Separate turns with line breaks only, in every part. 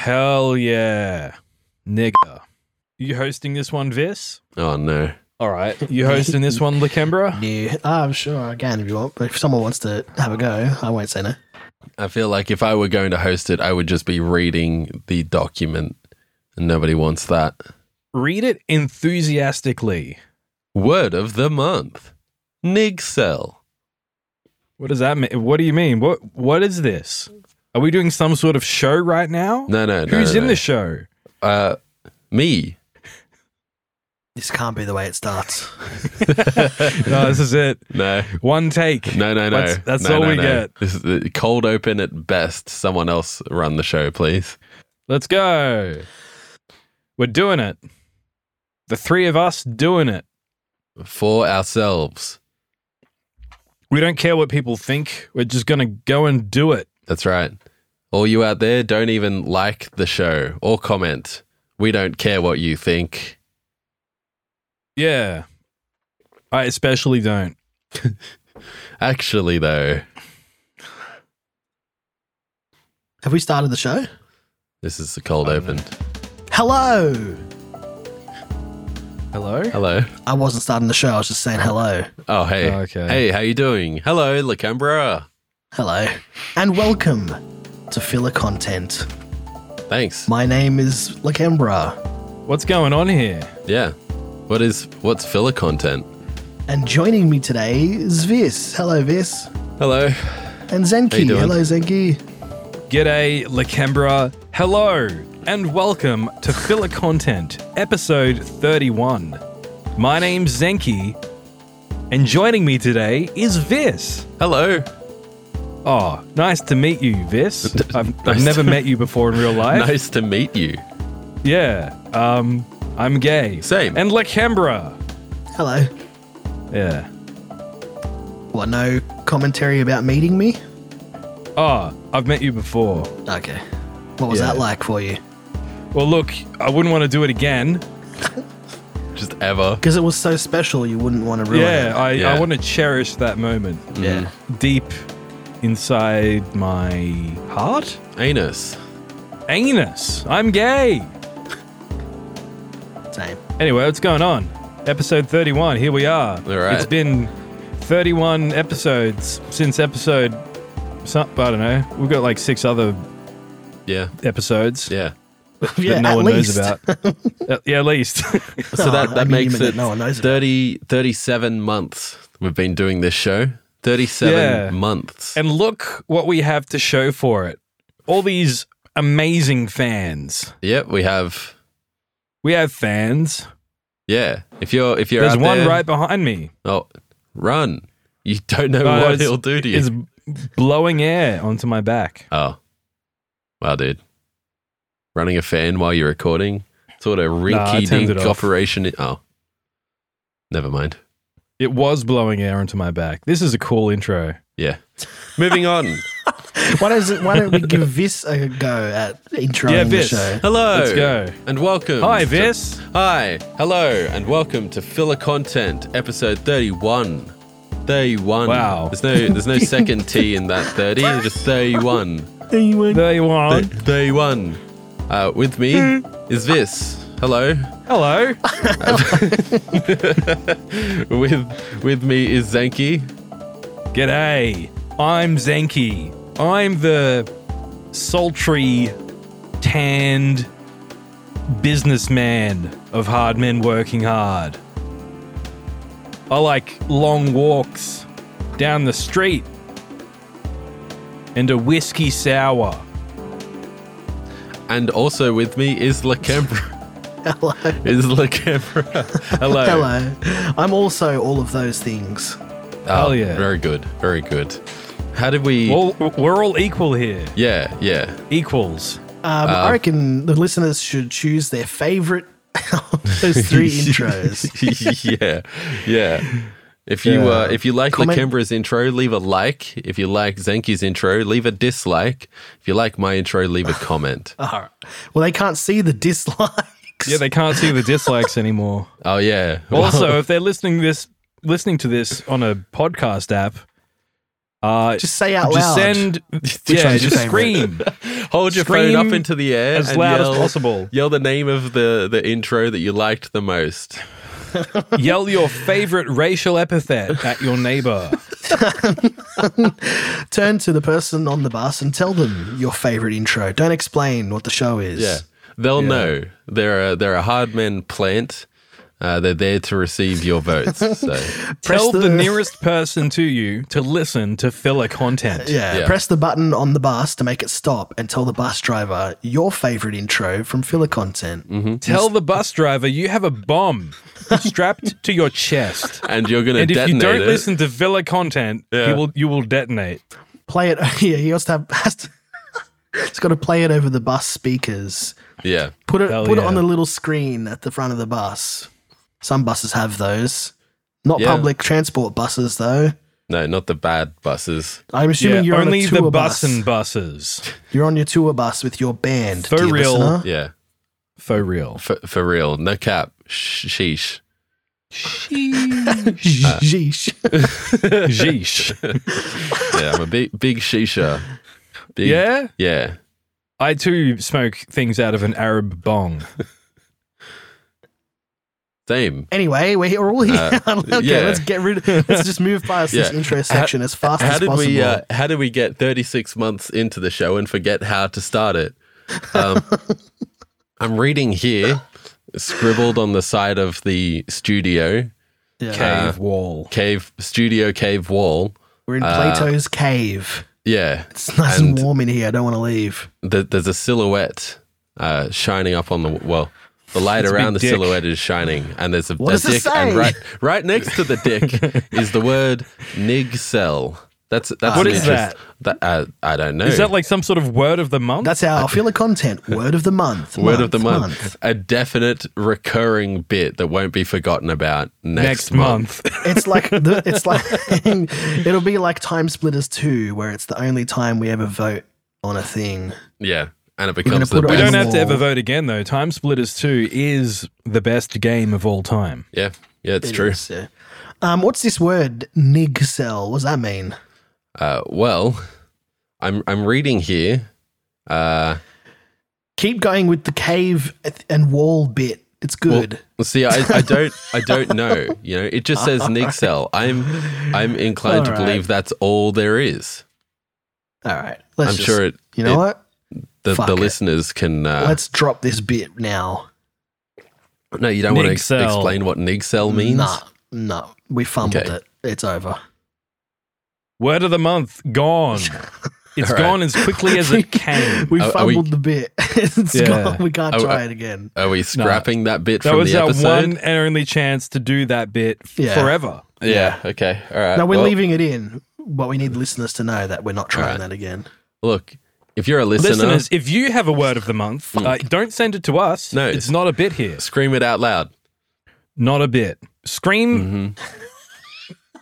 Hell yeah. Nigga. You hosting this one, Vis?
Oh no.
All right. You hosting this one, Lakembra?
Yeah, Oh, I'm sure I can if you want, but if someone wants to have a go, I won't say no.
I feel like if I were going to host it, I would just be reading the document and nobody wants that.
Read it enthusiastically.
Word of the month. Nig cell.
What does that mean? What do you mean? What What is this? Are we doing some sort of show right now?
No, no, no.
Who's
no,
in
no.
the show?
Uh, me.
This can't be the way it starts.
No, this is it.
No.
One take.
No, no, no.
That's, that's
No,
all
no,
we
no.
get.
This is the cold open at best. Someone else run the show, please.
Let's go. We're doing it. The three of us doing it.
For ourselves.
We don't care what people think. We're just going to go and do it.
That's right. All you out there, don't even like the show or comment. We don't care what you think.
Yeah. I especially don't.
Actually, though,
Have we started the show?
this is the cold open.
Hello!
Hello?
Hello.
I wasn't starting the show, I was just saying hello.
Oh, hey.
Okay.
Hey, how you doing? Hello, Lacambra.
Hello. And welcome to Filler Content.
Thanks.
My name is Lakembra,
What's going on here?
Yeah. What is what's filler content?
and joining me today is Vis. Hello, Vis.
Hello.
And
you
Zenki.
doing?
Hello, Zenki.
G'day, Lakembra. Hello, and welcome to Filler Content, episode 31. My name's Zenki, and joining me today is Vis.
Hello.
Oh, nice to meet you, Vis. I've, I've
Nice
never
to-
met you before in real life.
Nice to meet you.
Yeah. Um, I'm gay.
Same.
And Lakembra.
Hello.
Yeah.
What, no commentary about meeting me?
Oh, I've met you before.
Okay. What was
Yeah.
that like for you?
Well, look, I wouldn't want to do it again.
Just ever.
Because it was so special, you wouldn't want to ruin
Yeah, I,
Yeah.
I want to cherish that moment
it. Yeah.
deep inside my heart.
Anus.
Anus. I'm gay.
Mm. Same.
Anyway, what's going on? Episode 31. Here we are.
All right.
It's been 31 episodes since episode. Some, I don't know. We've got like six other
Yeah.
episodes.
Yeah.
yeah,
that no
at
one
least.
knows about. Uh, yeah, at least.
So
No,
that,
I
that
mean, you
makes
mean that
it
no one knows about.
30, 37 months we've been doing this show. 37
Yeah.
months.
and look what we have to show for it. All these amazing fans.
Yep, we have
We have fans.
yeah. If you're if you're
There's
out
one
there,
right behind me.
Oh, run. You don't know
No, no,
what
it's-
he'll do to you.
It's blowing air onto my back.
Oh. Wow, dude. Running a fan while you're recording? Sort of
Nah, I
rinky
turned it
dink
off.
operation. i- oh. Never mind.
It was blowing air onto my back. This is a cool intro.
Yeah. Moving on.
Why, does it, why don't we give Vis a go at introing
Yeah,
the
Vis.
show?
Hello.
Let's go.
And welcome.
Hi,
to-
Vis.
Hi. Hello. And welcome to Filler Content, episode 31. 31.
Wow.
There's no there's no second T in that 30. Just 31.
There you are.
31. Uh, with me
Hmm.
is this. Hello.
Hello.
With with me is Zanky.
G'day. I'm Zenki. I'm the sultry, tanned businessman of hard men working hard. I like long walks down the street and a whiskey sour.
And also with me is Lacambra.
Hello.
is Lacambra. Hello.
Hello. I'm also all of those things. Um,
Oh,
Hell yeah.
Very good. Very good. How did we?
Well, we're all equal here.
yeah, yeah.
Equals.
Um, I reckon the listeners should choose their favorite of those three intros.
yeah, yeah. If you uh, if you like
Comment-
Lacambra's intro, leave a like. If you like Zenki's intro, leave a dislike. If you like my intro, leave a comment.
All right. Well, they can't see the dislikes.
Yeah, they can't see the dislikes anymore.
Oh yeah.
Also, if they're listening this listening to this on a podcast app, Uh,
Just say out
just
loud.
send,
Which
yeah,
one's your
just
favorite?
scream
Hold your
Scream
phone up into the air
as
and
loud
yell-
as possible.
Yell the name of the, the intro that you liked the most.
Yell your favorite racial epithet at your neighbor.
Turn to the person on the bus and tell them your favorite intro. Don't explain what the show is.
Yeah, they'll know. They're a, they're a hard men plant. Uh, they're there to receive your votes. So
Press
Tell the
the-
nearest person to you to listen to filler content.
Yeah,
Yeah.
press the button on the bus to make it stop and tell the bus driver your favorite intro from filler content.
Tell the bus driver you have a bomb strapped to your chest.
and you're gonna
And if
detonate
you don't
it.
listen to filler content,
Yeah.
you will you will detonate.
Play it. Yeah, he has to have. Has to, it's got to play it over the bus speakers.
yeah,
Put it
Hell
put it
yeah.
on the little screen at the front of the bus. Some buses have those. Not
Yeah.
public transport buses though.
no, not the bad buses.
I'm assuming
Yeah,
you're
only
on a tour
the
bus.
bus and buses.
You're on your tour bus with your band.
For
dear
real.
listener.
Yeah,
For real.
for, for real, no cap. Sh- Sheesh.
Sheesh.
Jeesh.
Yeah, I'm a big big shisha. Big,
Yeah?
yeah.
I too smoke things out of an Arab bong.
Same.
Anyway, we're here- we're all here. okay,
Uh, yeah.
let's get rid. of Let's just move past this
Yeah.
intro section as fast
How
as
did
possible.
we? Uh, how did we get 36 months into the show and forget how to start it? Um, I'm reading here, scribbled on the side of the studio
Yeah.
Cave wall.
cave studio cave wall.
We're in Plato's
uh,
cave.
Yeah,
It's nice and, warm in here. I don't want to leave.
th- there's a silhouette uh, shining up on the well. The light
a
around the
big dick.
silhouette is shining, and there's a,
What
a
does it
dick, and
say?
right right next to the dick is the word nig cell. That's that's
What
an
is
interest- that? uh, I don't know.
Is that like some sort of word of the month?
That's our filler content. Word of the month.
word of the month. A definite recurring bit that won't be forgotten about next,
next month.
It's like the, it's like it'll be like Time Splitters two, where it's the only time we ever vote on a thing.
Yeah, and it
gonna
becomes the
put it
we
best.
don't have to ever
Wall.
vote again though. Time Splitters 2 is the best game of all time.
yeah, yeah, it's true.
So, um, what's this word? Nig cell. What does that mean?
Uh, well, I'm I'm reading here. Uh,
Keep going with the cave and wall bit. It's good.
Well, see, I, I don't, I don't know. You know, it just says Nick Cell. I'm, I'm inclined to
All right.
believe that's all there is.
All right. Let's
I'm
just-
sure it,
You know
it-
what?
the,
fuck
the
it.
listeners can. Uh,
Let's drop this bit now.
no, you don't want to
Nick
ex-
Cell.
explain what Nick Cell means.
Nah, no, we fumbled
Okay.
it. It's over.
Word of the month gone. It's
All right.
gone as quickly as it came.
We
Are- are
fumbled
we- Oh, uh,
the bit. It's
Yeah.
gone. We can't
Are-
try
are-
it again.
Are we scrapping that bit
That
from
was
the
our
episode?
one and only chance to do that bit
Yeah.
forever.
Yeah. Okay. All right.
No, we're
well,
leaving it in, but we need listeners to know that we're not trying
Alright.
that again.
Look, if you're a listener,
Listeners, if you have a word of the month, uh, don't send it to us.
No.
It's not a bit here.
scream it out loud.
Not a bit. Scream.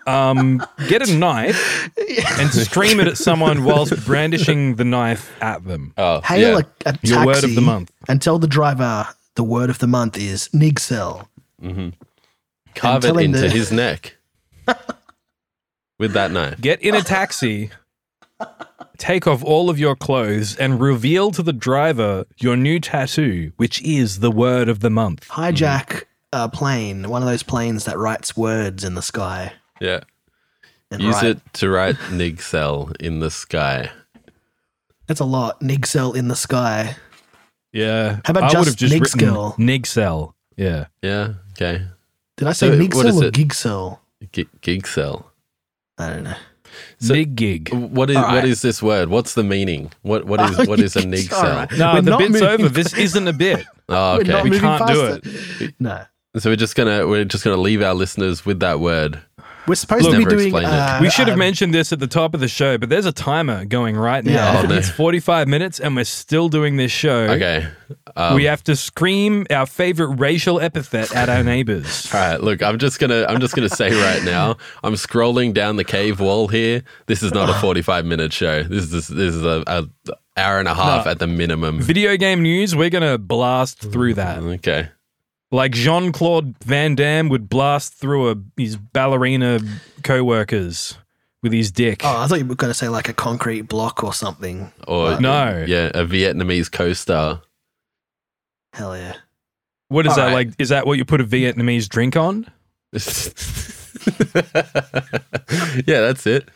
Um, get a knife and scream it at someone whilst brandishing the knife at them.
Oh,
Hail
yeah.
a, a taxi
Your word of the month.
and tell the driver the word of the month is nig cell.
carve
tell
it
him
into
to-
his neck with that knife.
Get in a taxi, take off all of your clothes, and reveal to the driver your new tattoo, which is the word of the month.
Hijack a plane, one of those planes that writes words in the sky.
Yeah.
And
Use
write-
it to write Nig Cell in the sky.
That's a lot. Nig cell in the sky.
Yeah.
How about
I would have
just
just
Nick
written
Skill?
Nick Cell. Yeah.
Yeah. Okay.
Did I say
So,
nig
what
cell
is
or
it?
gig cell?
G- gig cell.
I don't know.
So-
Big gig.
What is
All right.
what is this word? What's the meaning? What what is what is a nig
All
cell?
right.
No,
We're
the
not
bit's
moving-
over. This isn't a bit.
Oh,
We're not
okay.
We
moving
can't
past
do
it. No.
So we're just gonna we're just gonna leave our listeners with that word.
We're supposed
Look,
to be
Never
doing.
explained it.
Uh,
We should have
um,
mentioned this at the top of the show, but there's a timer going right now.
Yeah.
Oh, no.
It's 45 minutes and we're still doing this show.
Okay. Um,
we have to scream our favorite racial epithet at our neighbors.
all right. Look, I'm just gonna I'm just gonna say right now. I'm scrolling down the cave wall here. This is not a 45 minute show. This is this is a, a hour and a half at the minimum.
Video game news, we're going to blast through that.
Okay.
Like Jean Claude Van Damme would blast through a, his ballerina co workers. with his dick.
Oh, I thought you were going to say like a concrete block or something.
Or
no.
uh, yeah, a Vietnamese co-star.
Hell yeah.
What is
All
that
right.
like? Is that what you put a Vietnamese drink on?
yeah, that's it.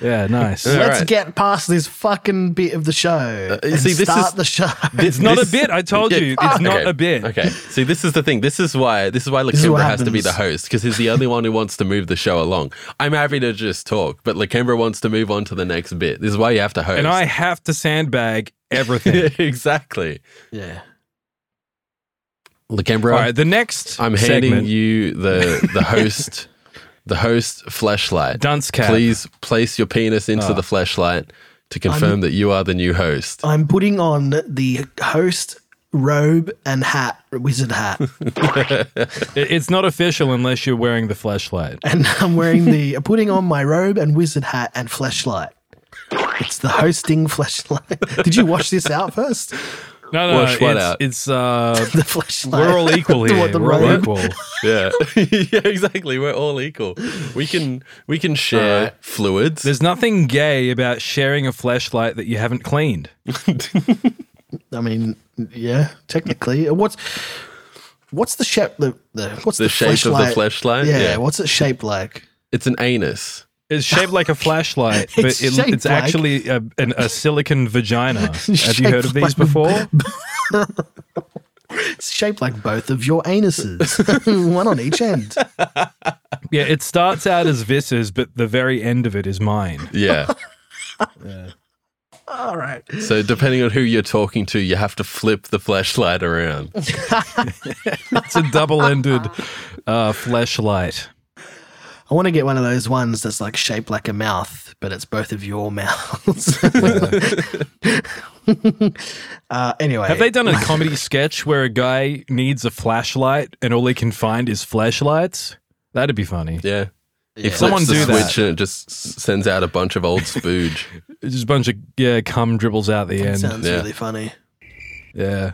Yeah, nice.
Yeah.
Let's
right. Uh,
get past this fucking bit of the show. and
see, this
start
is-
the show.
It's not
This-
a bit. I told
Yeah,
you, it's not
okay,
a bit.
Okay. See, this is the thing. This is why this is why
is what
Lakembra has to be
happens.
the host because he's the only one who wants to move the show along. I'm happy to just talk, but Lakembra wants to move on to the next bit. This is why you have to host.
And I have to sandbag everything.
exactly.
yeah.
Lakembra,
All right, the next
I'm handing
segment,
you the the host the host flashlight.
dunce cap.
Please place your penis into
Ah.
the flashlight to confirm that you are the new host.
I'm putting on the host robe and hat, wizard hat.
It- It's not official unless you're wearing the flashlight.
and I'm wearing the I'm putting on my robe and wizard hat and flashlight. It's the hosting flashlight. Did you wash this out first?
No, no,
Wash what
it's,
out?
it's uh,
The flashlight.
we're all equal
The-
here.
what, the
we're all
robe?
equal.
yeah. yeah, exactly. We're all equal. We can we can share fluids.
There's nothing gay about sharing a flashlight that you haven't cleaned.
I mean, yeah, technically. What's what's the shape the, the what's the,
the shape of the
flashlight?
flashlight.
Yeah, what's it shaped like?
It's an anus.
It's shaped like a flashlight, but
It's
it,
shaped
it's
like-
actually a, an, a silicon vagina. Have you
shaped
heard of these
like a-
before?
It's shaped like both of your anuses, one on each end.
Yeah, it starts out as Vis's, but the very end of it is mine.
Yeah.
All right.
so depending on who you're talking to, you have to flip the flashlight around.
It's a double-ended uh, flashlight.
I want to get one of those ones that's like shaped like a mouth, but it's both of your mouths. uh, anyway,
Have they done a comedy sketch where a guy needs a flashlight and all he can find is flashlights? That'd be funny.
Yeah. He flips
Someone
the
do that.
switch and it just s- sends out a bunch of old spooge.
It's just a bunch of yeah, cum dribbles out the
That
end.
sounds
yeah.
really funny.
yeah.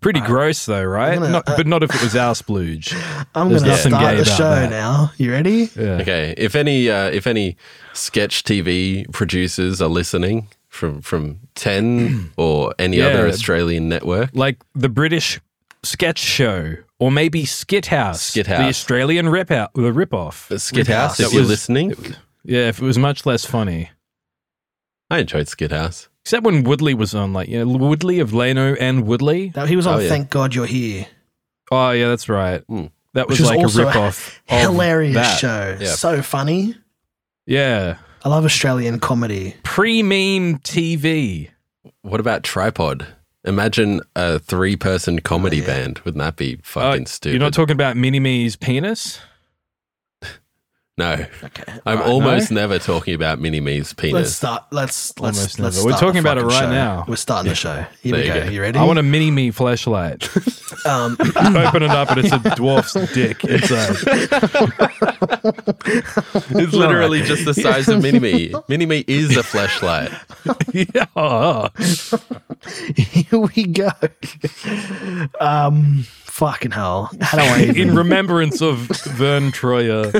Pretty gross though, right?
Uh, I'm gonna- uh,
Not- but not if it was our splooge.
I'm
There's
going to
nothing
start
gay
the
about
show
that.
now. You ready?
Yeah.
Okay. If any uh, if any sketch TV producers are listening from from Ten or any
Yeah.
other Australian network,
Like the British sketch show or maybe Skit House.
Skit
The
House.
Australian rip out the rip off.
uh, Skid House,
That
if you're
was-
listening,
Yeah, if it was much less funny.
I enjoyed Skid House.
Except when Woodley was on, like, you know, Woodley of Leno and Woodley.
Now, he was on
Oh, yeah.
Thank God You're Here.
Oh, yeah, that's right.
Mm.
That was
Hmm. Which was
like a
also a
rip off.
Hilarious
that.
show.
Yeah.
So funny.
Yeah.
I love Australian comedy.
Pre meme TV.
What about Tripod? Imagine a three person comedy
yeah.
band. Wouldn't that be
Oh,
fucking stupid?
You're not talking about Mini Me's penis?
no.
Okay.
I'm
Right,
almost never talking about Mini Me's
Let's
penis.
start. Let's let's
Almost
let's.
never. We're
start the
talking about it
fucking
right
show.
now.
We're starting the show. Here we
There
go.
you go.
You ready?
I want a Mini Me flashlight.
Um,
Open it up and it's a dwarf's dick inside.
It's literally just the size of Mini Me. Mini Me is a flashlight.
yeah.
here we go. Um, fucking hell. How do I even?
In remembrance of Vern Troyer.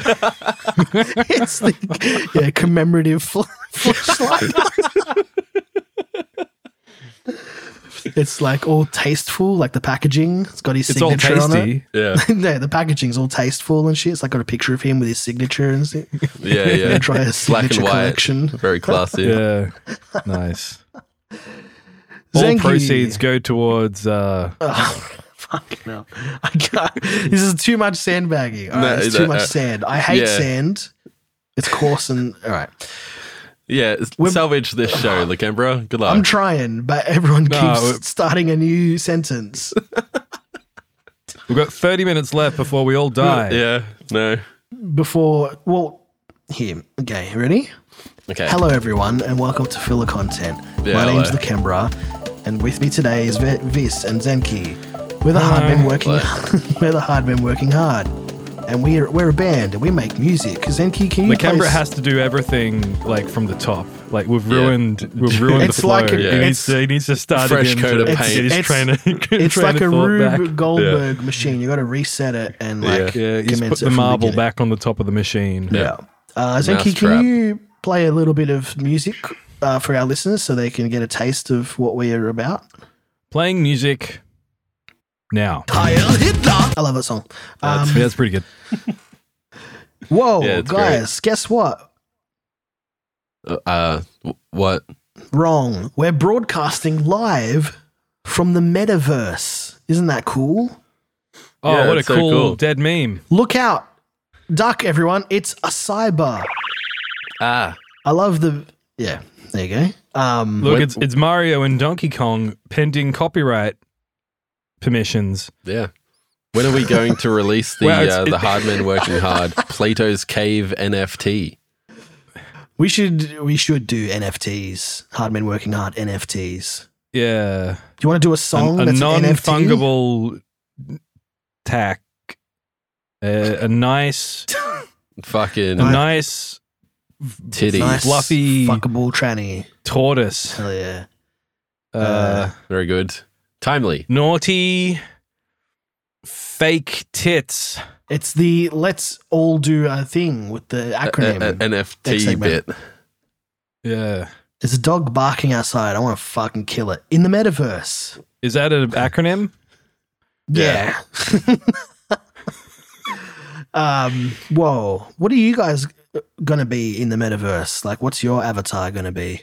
it's the yeah, commemorative fl- flashlight. it's like all tasteful, like the packaging. It's got his
It's all
signature on it.
tasty.
Yeah.
no, the packaging's all tasteful and shit. It's like got a picture of him with his signature and shit.
Yeah, yeah.
Try a
Black
signature
and white.
collection.
Very classy.
Yeah. Nice. All
Zenki.
proceeds go towards. Uh,
Oh, fucking hell. I can't. This is too much sandbagging. All right,
No,
it's too
no,
much
uh,
sand. I hate
yeah.
sand. It's coarse and all right.
Yeah. s- Salvage this show, Lakembra. Good luck.
I'm trying, but everyone
No,
keeps
uh,
it-
starting a new sentence.
we've got 30 minutes left before we all die.
yeah. No.
before well here okay ready
Okay.
hello everyone and welcome to filler content
Yeah,
my
hello.
name's Lakembra and with me today is v- vis and zenki we're the hard men working we're the hard men working hard and we're we're a band and we make music zenki can you
The Canberra
play s-
has to do everything like from the top. Like we've ruined, we've ruined
It's
the flow.
like a-
he,
Yeah.
needs to, he needs to start
Fresh
again
coat
to,
of
to
paint.
get his
It's-
train of-
it's
train
like
of
a
thought back.
Rube Goldberg machine. You got to reset it and like
Yeah, he's
commence
put
it
the
from
marble
beginning.
back on the top of the machine.
Yeah. Uh, Zenki,
Mousetrap.
can you play a little bit of music uh, for our listeners so they can get a taste of what we are about?
Playing music now.
I love that song. Um,
That's, that's pretty good.
whoa,
Yeah, it's
guys, guess what?
Uh, Uh, w- what?
Wrong. We're broadcasting live from the metaverse. Isn't that cool?
Oh,
Yeah,
what a
it's so
cool,
cool.
dead meme.
Look out. Duck, everyone. It's a cyber.
Ah,
I love the. Yeah, there you go. Um,
Look,
When-
it's it's Mario and Donkey Kong pending copyright permissions.
yeah. When are we going to release the
Well, it's-
uh,
it-
the hard men working hard Plato's Cave NFT?
We should we should do NFTs. Hard men working hard NFTs.
Yeah,
Do you want to do a
An-
song
a
that's an NFT?
non-fungible tack, uh, a nice, a
Fucking
nice
titty.
Nice
fluffy-
fuckable tranny.
tortoise,
Hell yeah.
uh,
Very good. Timely.
naughty, fake tits.
It's the let's all do a thing with
Uh,
the
A-
acronym.
a- a-
Next
NFT
segment.
bit.
Yeah,
There's a dog barking outside. I want to fucking kill it in the metaverse.
is that an acronym?
Yeah.
Yeah.
um. Whoa. What are you guys gonna be in the metaverse? Like, what's your avatar gonna be?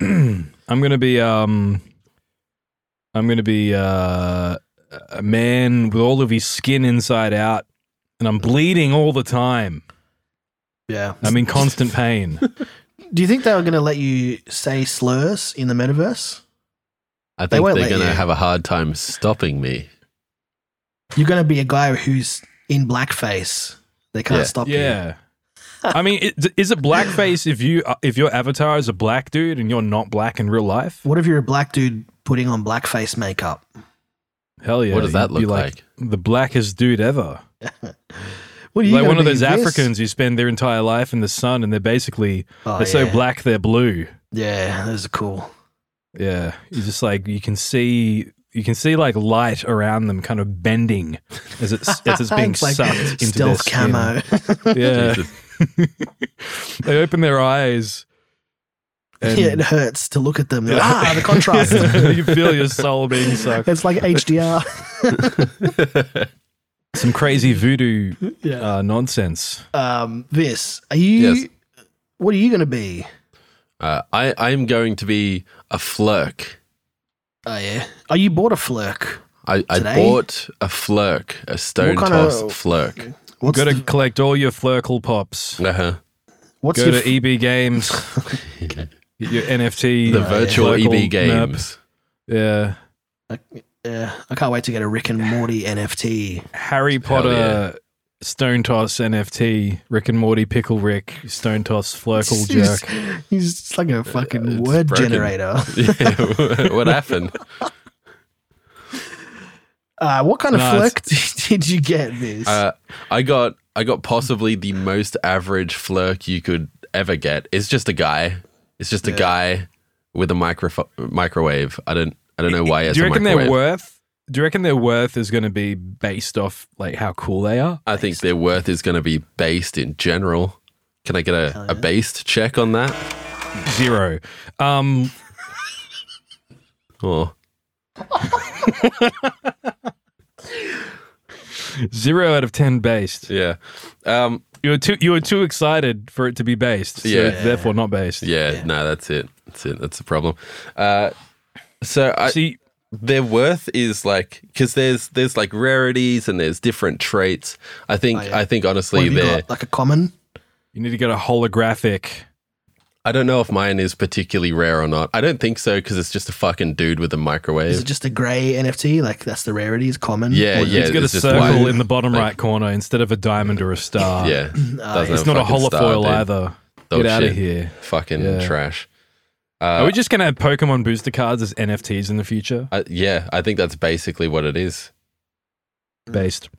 I'm gonna be um I'm gonna be uh a man with all of his skin inside out and I'm bleeding all the time.
Yeah.
I'm in constant pain.
Do you think they were gonna let you say slurs in the metaverse?
I
They
think
won't
they are
let
going
you.
to have a hard time stopping me.
You're going to be a guy who's in blackface. They can't
Yeah.
stop you.
yeah. I mean, it, is it blackface if you uh, if your avatar is a black dude and you're not black in real life?
What if you're a black dude putting on blackface makeup?
Hell yeah!
what does that
you'd be
look like?
The blackest dude ever.
What are you
Like
gonna
one of
be,
those
Vince?
Africans who spend their entire life in the sun and they're basically
Oh,
they're so
yeah.
black they're blue.
Yeah, those are cool.
Yeah, you just like you can see you can see like light around them, kind of bending as it's as it's being
It's like
sucked into their
stealth
skin.
camo. "Eh."
Yeah,
Jesus.
they open their eyes. And
yeah, it hurts to look at them.
Yeah.
ah, the contrast.
you feel your soul being sucked.
it's like HDR.
Some crazy voodoo
yeah.
uh, nonsense.
Um, this are you?
Yes.
What are you going to be?
Uh, I I'm going to be a flirk.
Oh yeah. Are you bought a flirk?
I, I
Today?
bought a flirk, a stone
kind
tossed
of-
flirk.
What's
Got to
the-
collect all your Flurkle pops.
Uh-huh.
what's
Go
your
to
f-
EB Games. Get your NFT.
The
uh,
virtual
Flurkle
EB
nerp.
games.
Yeah.
Yeah, I can't wait to get a Rick and Morty NFT.
Harry
Hell
Potter,
yeah.
Stone Toss NFT, Rick and Morty, Pickle Rick, Stone Toss, Flurkle
He's-
Jerk.
He's just like a fucking
Uh, it's
word
broken.
generator.
Yeah, what happened?
Uh, what kind of
No,
flick did you get this?
Uh, I got I got possibly the most average flirk you could ever get. It's just a guy. It's just
Yeah.
a guy with a microfo- microwave. I don't I don't know why. it's
Do you
a
reckon
microwave.
their worth? Do you reckon their worth is going to be based off like how cool they are?
I think their worth is going to be based in general. Can I get a, a based check on that?
Zero. Um,
Or
zero out of ten based.
yeah, um,
You were too you were too excited for it to be based. So
Yeah.
it's therefore not based.
yeah, No, that's it. That's it. That's the problem. Uh, so I,
See,
their worth is like because there's there's like rarities and there's different traits. I think
Oh, yeah.
I think
What
honestly
have you
they're
got? Like a common?
you need to get a holographic.
I don't know if mine is particularly rare or not. I don't think so because it's just a fucking dude with a
Is
microwave.
it just a grey NFT? Like that's the rarity is common.
Yeah,
Or-
yeah.
It's got a
it's just
circle
white.
in the bottom
Like-
right corner instead of a diamond or a star.
yeah,
Uh,
Doesn't
It's
have
not a
fucking
holofoil
star, dude.
either.
Oh,
Get out of
shit.
here.
Fucking
Yeah.
trash.
Are
Uh,
we just going to have Pokemon booster cards as NFTs in the future?
I, yeah, I think that's basically what it is.
Based.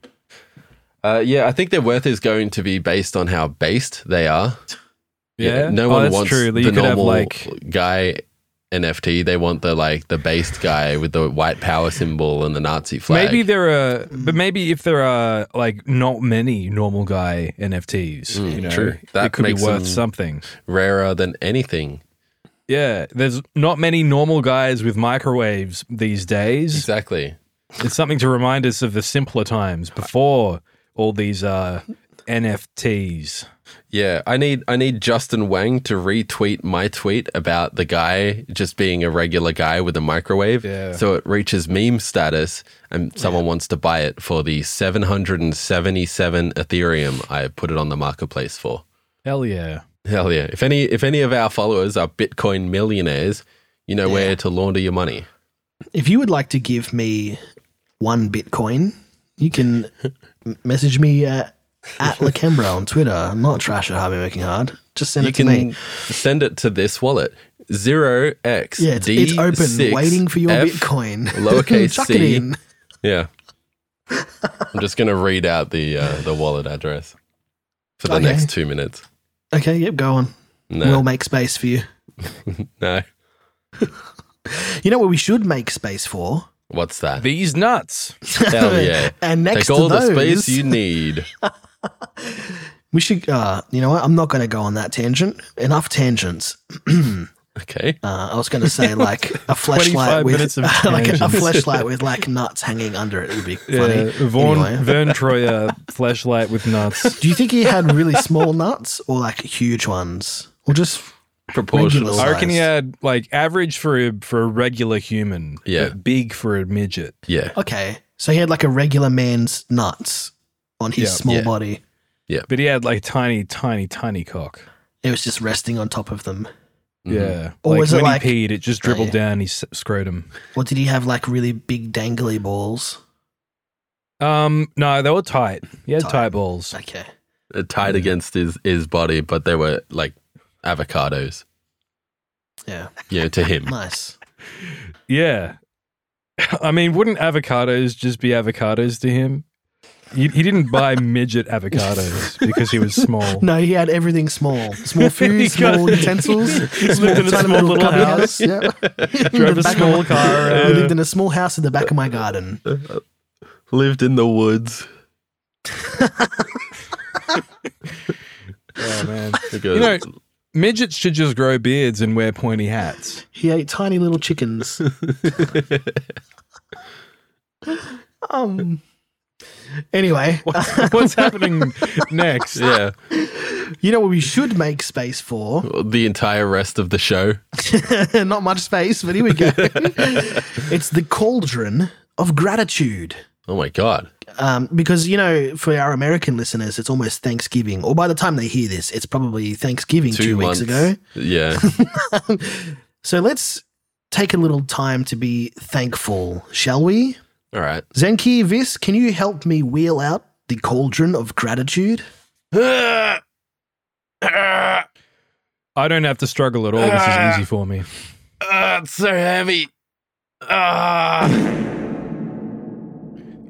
Uh, yeah, I think their worth is going to be based on how based they are.
Yeah.
no
one
one wants
true.
the
You could have
normal
like
guy NFT. They want the like the based guy with the white power symbol and the Nazi flag.
Maybe there are, but maybe if there are like not many normal guy NFTs, you know,
Mm, true.
it
That
could be
makes
worth
them-
something.
rarer than anything.
Yeah, there's not many normal guys with microwaves these days.
Exactly.
It's something to remind us of the simpler times before all these uh, NFTs.
Yeah, I need I need Justin Wang to retweet my tweet about the guy just being a regular guy with a microwave.
Yeah.
So it reaches meme status and someone wants to buy it for the 777 Ethereum I put it on the marketplace for.
Hell yeah.
Hell yeah. If any if any of our followers are Bitcoin millionaires, you know where to launder your money.
If you would like to give me one Bitcoin, you can m- message me at, at Lacambra on Twitter. I'm not trash at Harvey Working Hard. Just send
You
it to me.
can send it to this wallet. 0x
Yeah, it's, it's open, waiting for your Bitcoin.
lowercase
Chuck it
c.
in.
Yeah. I'm just going to read out the uh, the wallet address for the
Okay.
next two minutes.
Okay, yep, go on.
No,
We'll make space for you.
no.
You know what we should make space for?
What's that?
These nuts.
Hell Oh, yeah.
and next
Take all
to those,
the space you need.
we should. Uh, you know what? I'm not going to go on that tangent. Enough tangents.
Okay.
Uh, I was going to say like a
25
flashlight with
minutes of
like a,
tangents.
flashlight with like nuts hanging under it would be funny.
Yeah, Vaughn,
Anyway.
Vern Troyer flashlight with nuts.
Do you think he had really small nuts or like huge ones or just
I
Proportional.
Regular.
reckon he had like average for a, for a regular human,
Yeah.
but big for a midget.
Yeah.
okay? So he had like a regular man's nuts on his
Yeah.
small
Yeah.
body.
But he had like tiny, tiny, tiny cock.
It was just resting on top of them.
Mm-hmm.
Yeah.
Mm-hmm. Or
like
was it
when
like-
he peed, it just dribbled
yeah.
down his s- scrotum.
Or did he have like really big dangly balls?
Um, no, they were tight. He had tight,
Tight.
balls.
Okay.
Uh, Tied against his, his body, but they were like avocados,
Yeah.
you know, to him.
Nice.
Yeah. I mean, wouldn't avocados just be avocados to him? He, he didn't buy midget avocados because he was small.
No, he had everything small. Small
He
food,
got-
small utensils.
He lived in a
tiny
small little
cupboard
house.
Yeah.
Drove
The
a
back of
small
my-
car
I
around.
lived in a small house in the back of my garden.
Lived in the woods.
Oh, man.
Because-
You know, midgets should just grow beards and wear pointy hats.
He ate tiny little chickens. um. Anyway,
What's happening next?
yeah.
you know what we should make space for?
The entire rest of the show.
Not much space, but here we go. it's the cauldron of gratitude.
Oh my God.
um, because you know, for our American listeners, it's almost Thanksgiving, or by the time they hear this, it's probably Thanksgiving two,
months.
weeks ago.
Yeah.
So let's take a little time to be thankful, shall we?
All right.
Zenki Vis, can you help me wheel out the cauldron of gratitude? Ah,
I don't have to struggle at all. This is easy for me.
Ah, it's so heavy.
Ah.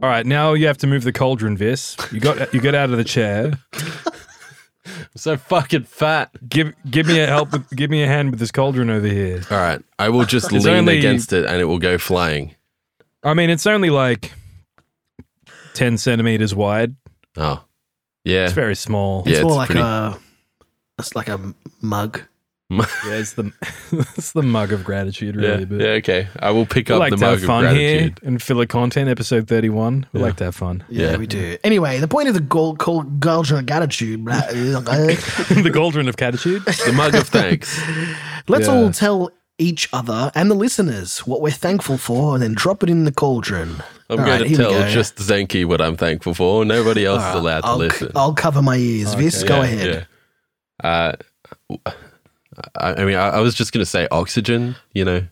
All right, now you have to move the cauldron, Vis. You got you got out of the chair.
I'm so fucking fat.
Give give me a help. With, give me a hand with this cauldron over here.
All right. I will just
It's
lean
only-
against it and it will go flying.
I mean, it's only like ten centimeters wide.
Oh. Yeah.
It's very small.
Yeah,
It's more
it's
like
pretty-
a, it's like a mug.
Yeah, it's the it's the mug of gratitude,
Yeah.
really. but
yeah. Okay. I will pick
we
up
like
the
to have
mug of
fun here
gratitude.
and filler content, episode thirty-one. We
Yeah.
like to have fun.
Yeah,
Yeah.
we do. Anyway, the point of the gold called cauldron of gratitude. blah, blah, blah.
the cauldron of gratitude.
The mug of thanks.
Let's
Yeah.
all tell each other and the listeners what we're thankful for, and then drop it in the cauldron.
I'm
All
going
right,
to
here we
tell
go.
just Zenki what I'm thankful for. Nobody else
All
is
right,
allowed to
I'll,
listen.
I'll cover my ears. Vis, go
Yeah,
ahead.
yeah. Uh, w- I I mean, I, I was just going to say oxygen, you know?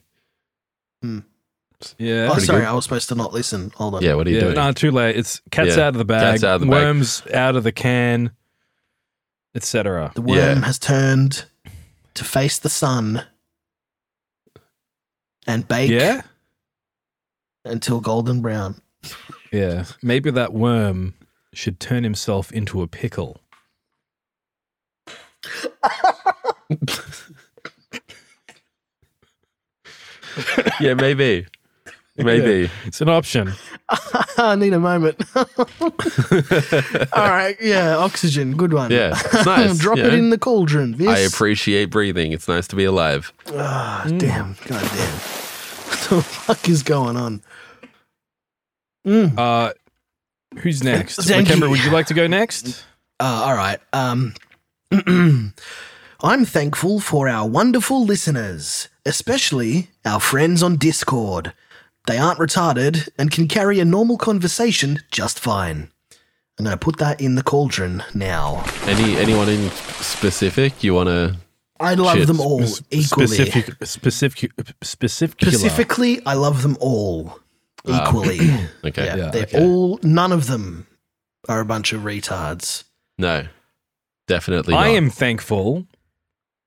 Yeah.
Oh,
Pretty
sorry,
good.
I was supposed to not listen. Hold on.
Yeah, what are you
yeah,
doing?
no, too late. It's cats
Yeah,
out of the bag,
cat's out of the bag.
worms out of the can, etc.
The worm
Yeah.
has turned to face the sun and bake
Yeah,
until golden brown.
yeah. Maybe that worm should turn himself into a pickle.
yeah, maybe. Maybe.
It's an option.
I need a moment. All right, yeah, oxygen, good one.
Yeah, it's nice,
Drop
you
it
know?
in the cauldron. This,
I appreciate breathing. It's nice to be alive.
Ah, damn, goddamn. What the fuck is going on?
Uh, who's next?
Zenki.
Lakembra, would you like to go next?
Uh, all right. Um, I'm thankful for our wonderful listeners, especially our friends on Discord. They aren't retarded and can carry a normal conversation just fine. I'm going to put that in the cauldron now.
Any anyone in specific you want to?
I love
Shit,
them all equally.
Specific, specific, specific.
Specifically, I love them all equally.
Okay.
yeah,
yeah,
they're
Um, okay.
all, none of them are a bunch of retards.
No. Definitely.
I
not.
am thankful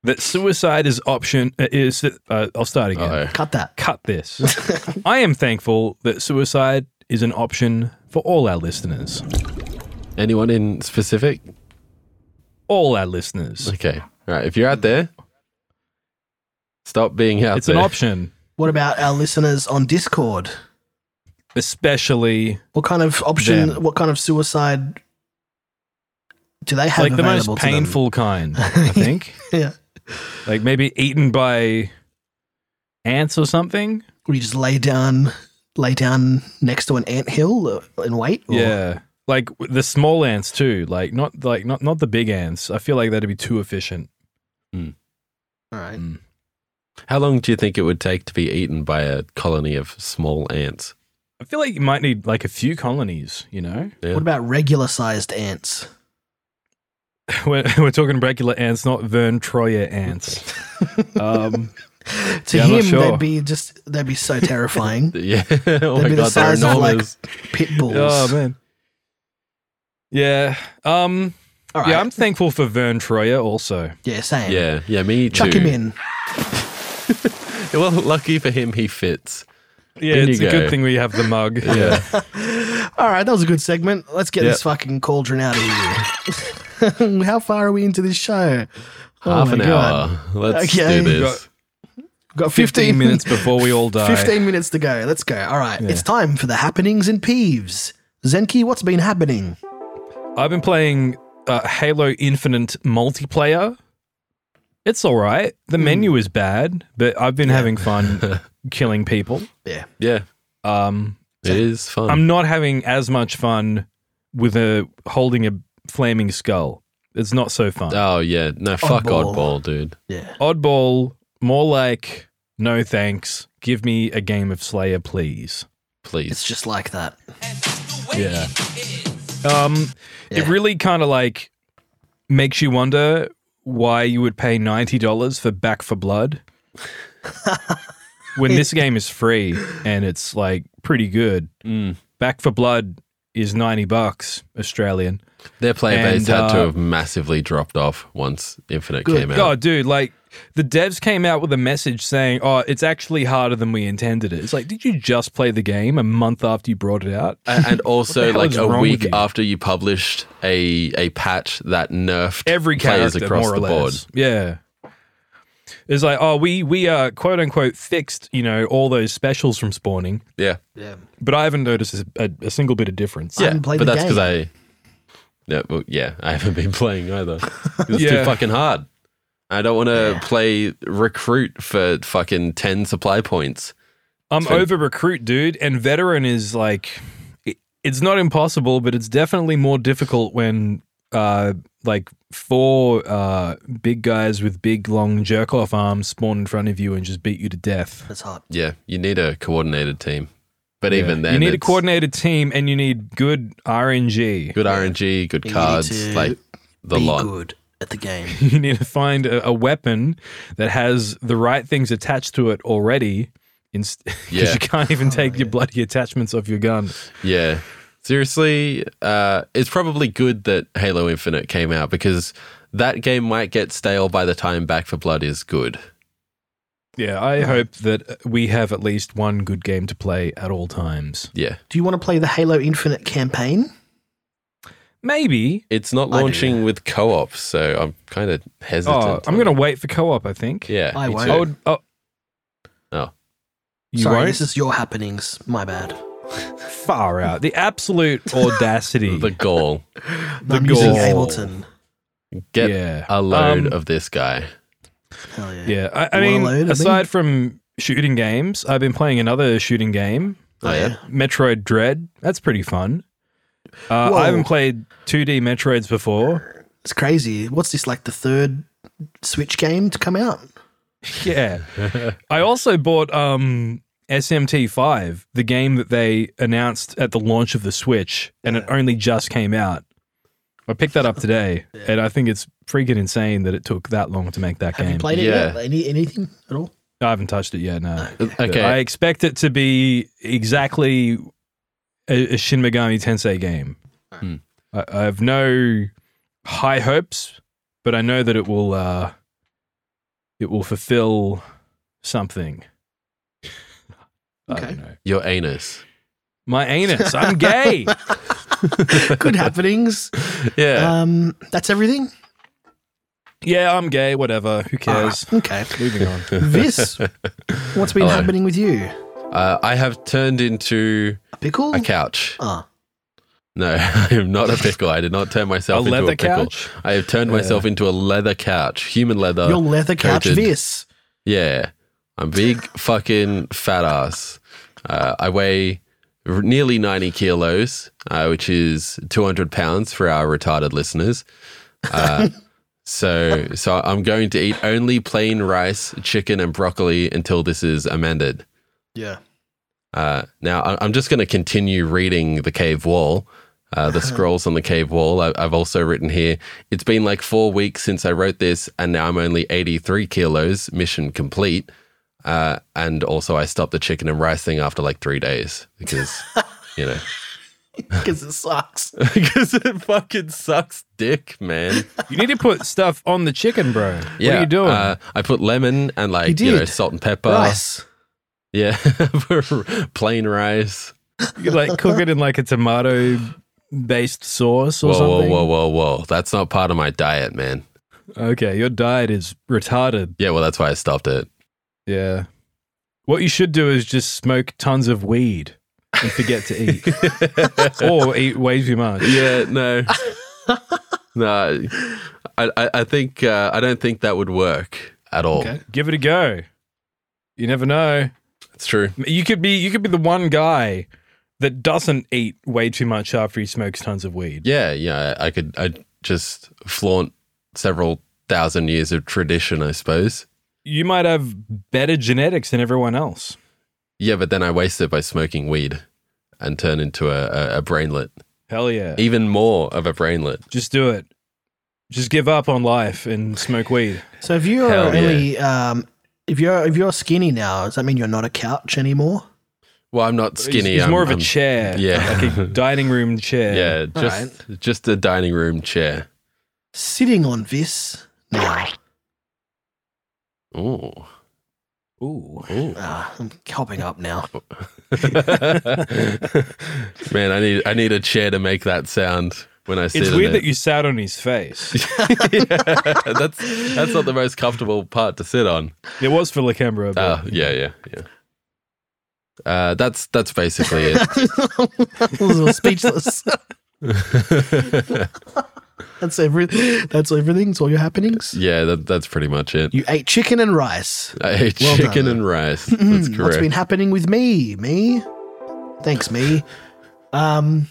that suicide is option uh, is. Uh, I'll start again.
Uh-oh.
Cut that.
Cut this. I am thankful that suicide is an option for all our listeners.
Anyone in specific?
All our listeners.
Okay. All right. If you're out there, stop being out
It's
there.
an option,
What about our listeners on Discord?
especially
What kind of option?
Them.
What kind of suicide do they have
like the most
available to them?
painful kind. I think,
Yeah,
like maybe eaten by ants or something.
where you just lay down, lay down next to an ant hill uh, and wait. or-
Yeah. Like w- the small ants too, like not like not not the big ants. I feel like that'd be too efficient.
all right.
How long do you think it would take to be eaten by a colony of small ants?
I feel like you might need like a few colonies, you know?
Yeah.
What about regular sized ants?
We're, we're talking regular ants, not Vern Troyer ants. um,
To
Yeah, I'm not
him,
sure.
they'd be just they'd be so terrifying.
Yeah. oh
They'd
my
be the
god, they're
size of like
enormous.
pit bulls.
oh man. Yeah. Um
All right.
yeah, I'm thankful for Vern Troyer also.
yeah, same.
yeah. Yeah. Me too.
Chuck him in.
Well, lucky for him, he fits.
Yeah,
In you
it's a good
go.
thing we have the mug.
Yeah.
All right, that was a good segment. Let's get
Yep.
this fucking cauldron out of here. How far are we into this show? Oh
Half
my
an
God.
hour. Let's do
Okay.
this.
Got
15,
15
minutes before we all die.
15 minutes to go. Let's go. All right. It's time for the happenings and peeves. Zenki, what's been happening?
I've been playing uh, Halo Infinite multiplayer. It's all right. The menu is bad, but I've been having fun killing people.
Yeah.
Yeah.
Um,
It is fun.
I'm not having as much fun with a holding a flaming skull. It's not so fun.
oh yeah. No. Fuck
Oddball.
oddball, dude.
Yeah.
Oddball, more like no thanks. Give me a game of Slayer, please.
Please.
It's just like that.
Yeah. Um, it
Yeah.
really kind of like makes you wonder why you would pay ninety dollars for Back for Blood when this game is free and it's like pretty good.
Mm.
Back for Blood is ninety bucks Australian.
Their player base
And,
had to
uh,
have massively dropped off once Infinite
Good
came out.
God, Oh, dude, like the devs came out with a message saying, "Oh, it's actually harder than we intended it." It's like, did you just play the game a month after you brought it out?
A- and also
hell
like
is
a
wrong with
week
you?
after you published a a patch that nerfed
every
players
character
across
more or
the board.
less. Yeah. It's like, oh, we we uh, quote unquote fixed, you know, all those specials from spawning,
Yeah,
Yeah.
but I haven't noticed a, a, a single bit of difference.
I
yeah,
haven't
but
played the
that's because
game.
I. Yeah, well, yeah, I haven't been playing either. 'Cause It's
Yeah.
too fucking hard. I don't want to
Yeah.
play recruit for fucking ten supply points.
I'm
So-
over recruit, dude, and veteran is like, it, it's not impossible, but it's definitely more difficult when uh like four uh big guys with big long jerk off arms spawn in front of you and just beat you to death.
That's hot.
Yeah, you need a coordinated team, but
Yeah.
even then,
you need a
it's
coordinated team and you need good RNG.
good RNG, good
You need
cards,
to
like the
Be
lot.
good at the game.
you need to find a, a weapon that has the right things attached to it already because
Yeah.
you can't even take your bloody attachments off your gun
Yeah. Seriously, uh, it's probably good that Halo Infinite came out because that game might get stale by the time Back for Blood is good.
yeah i hope that uh, we have at least one good game to play at all times
Yeah.
Do you want to play the Halo Infinite campaign?
maybe
It's not
I do.
launching with co op, so I'm kind of hesitant.
oh, i'm
on-
gonna wait for co-op i think
Yeah.
I
me
won't.
too.
I would, oh,
Oh.
You
Sorry,
won't?
this is your happenings. My bad.
Far out. The absolute audacity.
The goal.
I'm using
goal.
Ableton.
Get
yeah.
a load
Um,
of this guy.
Hell yeah.
Yeah. I, I
You want a
mean,
load of me?
aside from shooting games, I've been playing another shooting game,
Oh, yeah.
Metroid Dread. That's pretty fun. Uh,
Whoa.
I haven't played 2D Metroids before.
It's crazy. What's this like the third Switch game to come out?
Yeah. I also bought um, SMT5, the game that they announced at the launch of the Switch, and it only just came out. I picked that up today, and I think it's freaking insane that it took that long to make that
Have
game.
you played it yet?
Yeah.
Any anything at all?
I haven't touched it yet, no.
Okay.
I expect it to be exactly a, a Shin Megami Tensei game.
Hmm.
I, I have no high hopes, but I know that it will uh, it will fulfill something. I
Okay.
don't know.
Your anus.
My anus. I'm gay.
Good happenings.
Yeah.
Um, that's everything.
yeah, I'm gay. Whatever. Who cares?
Ah, okay.
Moving on.
This. What's been
Hello.
happening with you?
Uh, I have turned into
A pickle?
a couch.
Ah,
No, I am not a pickle. I did not turn
A
myself into
leather
a pickle.
couch.
I have turned myself into a leather couch, human leather.
your leather couch.
coated.
This.
Yeah. I'm big fucking fat ass. Uh, I weigh r- nearly 90 kilos, uh, which is 200 pounds for our retarded listeners. Uh, so, so I'm going to eat only plain rice, chicken, and broccoli until this is amended.
Yeah.
Uh, now, I- I'm just going to continue reading the cave wall, uh, the scrolls on the cave wall. I- I've also written here, it's been like four weeks since I wrote this, and now I'm only 83 kilos, mission complete. Uh, and also, I stopped the chicken and rice thing after like three days because, you know,
Because it sucks.
because it fucking sucks dick, man.
You need to put stuff on the chicken, bro.
Yeah.
What are you doing?
Uh, I put lemon and like,
You
you, know,
did.
salt and pepper.
Rice.
Yeah. plain rice.
you could like cook it in like a tomato based sauce or
Whoa, whoa,
something.
whoa, whoa, whoa. That's not part of my diet, man.
Okay, your diet is retarded.
Yeah, well, that's why I stopped it.
Yeah. What you should do is just smoke tons of weed and forget to eat, or eat way too much.
yeah, no, no. I, I, I think uh, I don't think that would work at all.
Okay.
Give it a go. You never know.
It's true.
You could be you could be the one guy that doesn't eat way too much after he smokes tons of weed.
Yeah, yeah. I, I could. I just flaunt several thousand years of tradition, I suppose.
You might have better genetics than everyone else.
Yeah, but then I waste it by smoking weed and turn into a, a, a brainlet,
Hell yeah.
even more of a brainlet.
Just do it. Just give up on life and smoke weed.
So if you're
Hell yeah.
only um, if you're if you're skinny now, does that mean you're not a couch anymore?
Well, I'm not
It's,
skinny.
it's
I'm,
more of a
I'm-
chair.
yeah.
Like a dining room chair.
Yeah, just just a dining room chair.
Sitting on this now.
Ooh,
Ooh.
ooh.
Ah, I'm hopping up now.
Man, I need I need a chair to make that sound when I sit
It's
in
weird that
it.
you sat on his face.
yeah, that's that's not the most comfortable part to sit on.
it was for Lacambra, but
Uh, yeah, yeah, yeah. Uh, that's that's basically it.
I was a little speechless. That's every. That's everything. It's all your happenings.
yeah, that, that's pretty much it.
You ate chicken and rice.
I ate
Well
chicken
done.
and rice. That's
Hmm, What's
correct.
been happening with me? Me? Thanks, me. Um,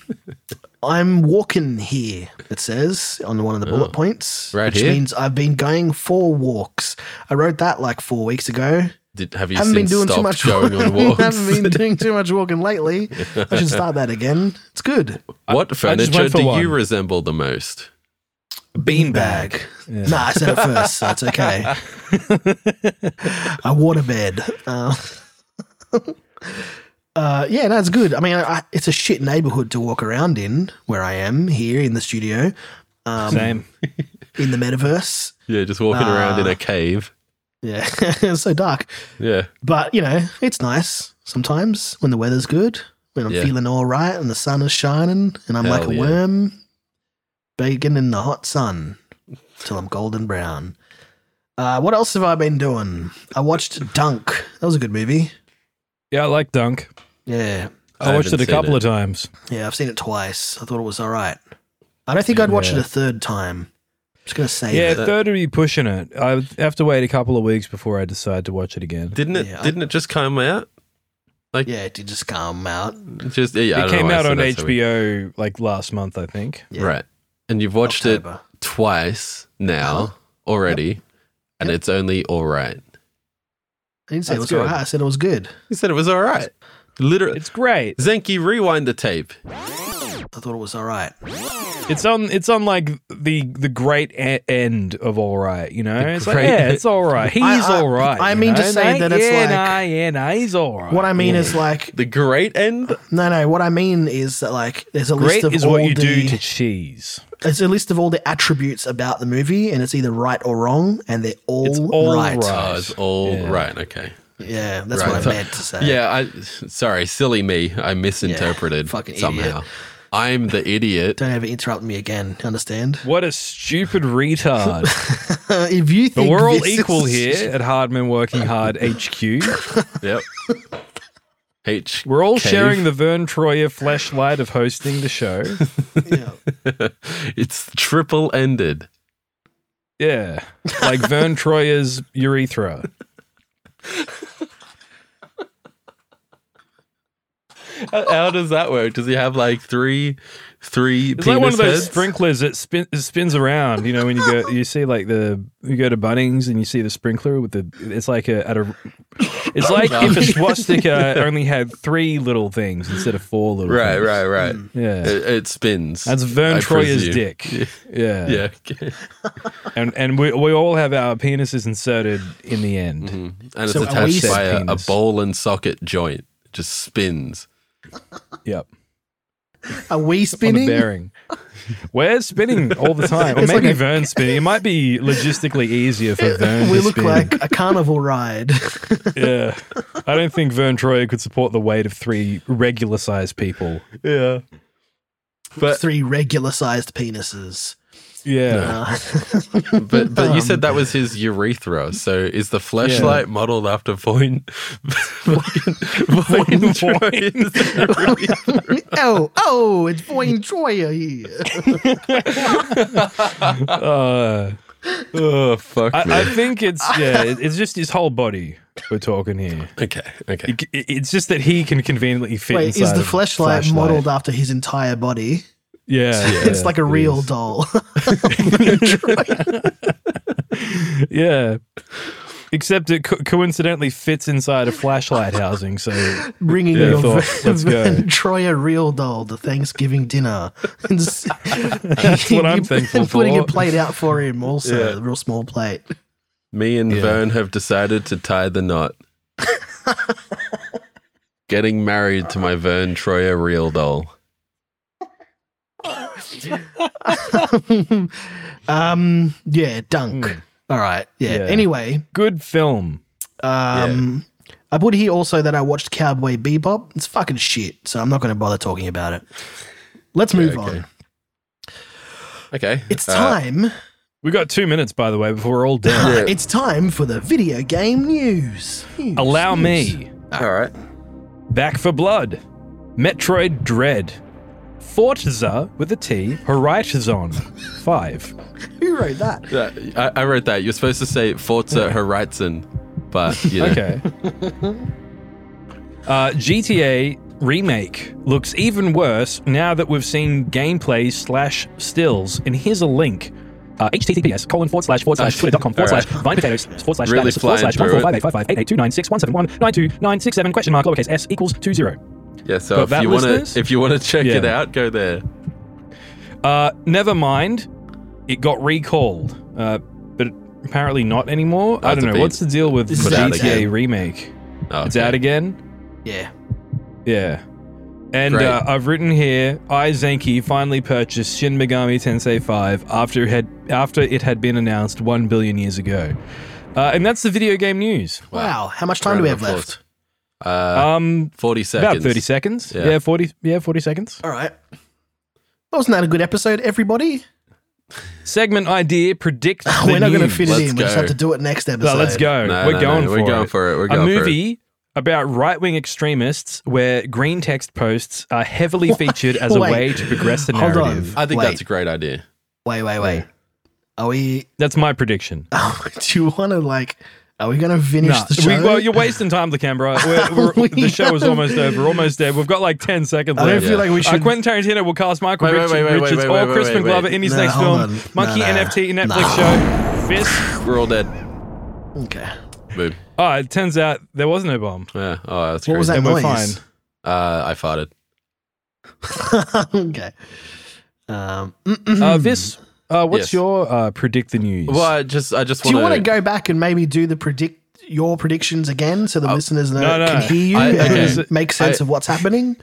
I'm walking here. It says on one of the bullet points,
Oh. Right
which
here?
means I've been going for walks. I wrote that like four weeks ago.
Did, have you
haven't been
since
doing too
stopped
much.
going on walks?
haven't been doing too much walking lately. I should start that again. It's good.
what
went
furniture
for
do
one.
you resemble the most?
Beanbag. Nah, I said it first, so it's okay. a waterbed. Uh, uh, yeah, no, it's good. I mean, I, I, it's a shit neighborhood to walk around in where I am here in the studio,
Ah.
um,
same.
in the metaverse.
Yeah, just walking around in a cave.
Yeah, it's so dark.
Yeah,
But, you know, it's nice sometimes when the weather's good, when I'm
Yeah.
feeling all right and the sun is shining and I'm like
Hell
a
yeah.
worm baking in the hot sun till I'm golden brown. Uh, what else have I been doing? I watched Dunk. That was a good movie.
Yeah, I like Dunk.
Yeah.
I,
I
watched it
haven't
a
seen
couple
it.
of times.
Yeah, I've seen it twice. I thought it was all right. I don't think I'd watch it
Yeah.
a third time. I'm just going to say
Yeah,
that.
third would be pushing it. I would have to wait a couple of weeks before I decide to watch it again.
Didn't it?
Yeah.
Didn't it just come out?
Yeah, it did just come out.
It Just yeah, I
it
don't know
came
why I
out
said
on
that, so we-
HBO like last month, I think.
Yeah.
right? And you've watched it
October.
twice now
Uh-huh.
already, and it's only all right.
I didn't say it
That's
was all
good.
right. I said it was good.
You said it was all right. Literally,
It's great.
Zenki, rewind the tape.
I thought it was all right.
It's on. It's on like the the great e- end of all right. You know,
The
it's like
great-
yeah, it's all right. He's
I- I-
all right.
I
you
mean to
know?
say that it's
yeah,
like-
nah, yeah, nah, he's all right.
What I mean is like,
The great end.
no, no. What I mean is that like, there's a
great
list of
is
all
what you
the,
do to cheese.
It's a list of all the attributes about the movie, and it's either right or wrong, and they're all
It's all right.
Oh, it's all right.
Yeah.
Okay.
Yeah, that's
Right.
what I meant to say.
Yeah. I sorry, silly me. I misinterpreted
Yeah, fucking idiot.
somehow. I'm the idiot.
Don't ever interrupt me again. Understand?
What a stupid retard.
if you
But
think
we're all
this is-
equal here at Hardman Working Hard HQ.
yep. H.
We're all
Cave.
sharing the Vern Troyer flashlight of hosting the show.
Yeah.
It's triple ended.
Yeah. Like Vern Troyer's urethra.
How, how does that work? Does he have like three, three
It's
penis
like one of those
heads?
sprinklers that spin, it spins around. You know, when you go, you see like the, you go to Bunnings and you see the sprinkler with the, it's like a, at a, it's like if a swastika only had three little things instead of four little
right,
things.
right, right.
Yeah.
It, it spins.
That's Vern
I
Troyer's
presume.
dick. Yeah.
Yeah. Yeah. okay.
And, and we, we all have our penises inserted in the end.
Mm-hmm. And
So
it's
are we
attached by a, a
penis?
bowl and socket joint. It just spins.
Yep.
Are we
on a
spinning?
bearing. We're spinning all the time. Or
It's
maybe
like a-
Vern's spinning. It might be logistically easier for Vern
We
to
look
spin.
like a carnival ride.
yeah. I don't think Vern Troyer could support the weight of three regular sized people.
Yeah. But
Three regular sized penises.
Yeah.
Uh,
but but you
Um,
said that was his urethra. So is the flashlight modeled after Voin? Voin, Voin Troyer's urethra?
oh, oh, it's Voin Troyer here.
Uh,
Oh fuck me.
I, I think it's yeah. it- It's just his whole body we're talking here.
okay. Okay.
It- it- It's just that he can conveniently fit.
Wait,
inside
is the
a
flashlight, modeled after his entire body?
Yeah, yeah,
it's like a
it
real
is.
doll.
Yeah, except it co- coincidentally fits inside a flashlight housing. So
Bringing
Yeah,
your
thought,
Van-
let's go.
Van Troyer real doll to Thanksgiving dinner. That's
what I'm thankful
Putting
for.
a plate out for him also,
Yeah.
a real small plate.
Me and
Yeah.
Vern have decided to tie the knot. Getting married to my Vern Troyer real doll.
um, yeah, dunk. All right. Yeah.
Hmm. Yeah.
Anyway,
good film.
um, I put here also that I watched Cowboy Bebop. It's fucking shit, so I'm not going to bother talking about it. Let's move
okay.
on.
Okay.
It's
Uh,
time.
We got two minutes, by the way, before we're all down.
yeah.
it's time for the video game news. News,
Allow
news.
me.
All right.
Back for Blood. Metroid Dread. Forza with a T. Horizon 5.
Who wrote that?
Yeah, I, I wrote that. You're supposed to say Forza Horizon, but you know.
Okay. Uh, GTA Remake looks even worse now that we've seen gameplay slash stills. And here's a link. Uh, https colon forward slash forward slash twitter.com forward slash vine potatoes forward slash
Really
status forward
flying
slash one four
through it.
five eight five five eight eight two nine six one seven one nine two nine six seven question mark lowercase s equals two zero.
Yeah. So
Got
if
that,
you want
listeners?
to, if you want to check it
Yeah.
out, go there.
Uh, never mind. It got recalled, uh, but apparently not anymore. I
it's
don't
a
know.
bit-
What's the deal with
This
is out
GTA
again.
remake?
Oh,
It's
okay.
out again.
Yeah.
Yeah. And
Great.
uh, I've written here, I Zenki finally purchased Shin Megami Tensei 5 after it had after it had been announced one billion years ago, uh, and that's the video game news.
Wow. How much time do we have
Round of applause.
left?
Uh,
Um,
Forty seconds.
about thirty seconds.
Yeah.
Yeah. forty. Yeah, forty seconds.
All right. Wasn't that a good episode, everybody?
Segment idea predict.
We're
the
not going to
news.
fit it
Let's
in. We just
go.
have to do it next episode.
No, let's go.
No,
we're
no, no,
going for
we're
it.
going for it. We're
a
going for it.
movie about right wing extremists where green text posts are heavily featured as a
Wait.
way to progress the
Hold on.
narrative.
I think
Wait.
that's a great idea.
Wait, wait, wait. Are we? oh,
That's my prediction.
do you want to like? Are we going to finish
Nah,
the
we,
show?
well, you're wasting time, the camera. We're, we're, the show is almost over. Almost dead. We've got like 10 seconds
I
left.
don't feel like we
Uh,
should.
Quentin Tarantino will cast Michael
Wait, wait,
Richards,
wait, wait, wait,
Richards
wait,
or
wait,
Crispin
wait, wait.
Glover in his
No,
next
hold
film,
on.
Monkey
No, no.
NFT Netflix show. Fist.
We're all dead.
okay.
Boom.
Oh, it turns out there was no bomb.
Yeah. Oh, that's
What was
crazy.
that
Then we're
noise?
Uh, I farted.
okay. Um,
Uh, Vis, uh, what's
Yes.
your uh, predict the news?
Well, I just, I just
do
want
you want to go back and maybe do the predict your predictions again so the listeners know,
Oh, no, no.
can hear you
I-
okay.
and make sense
I-
of what's happening?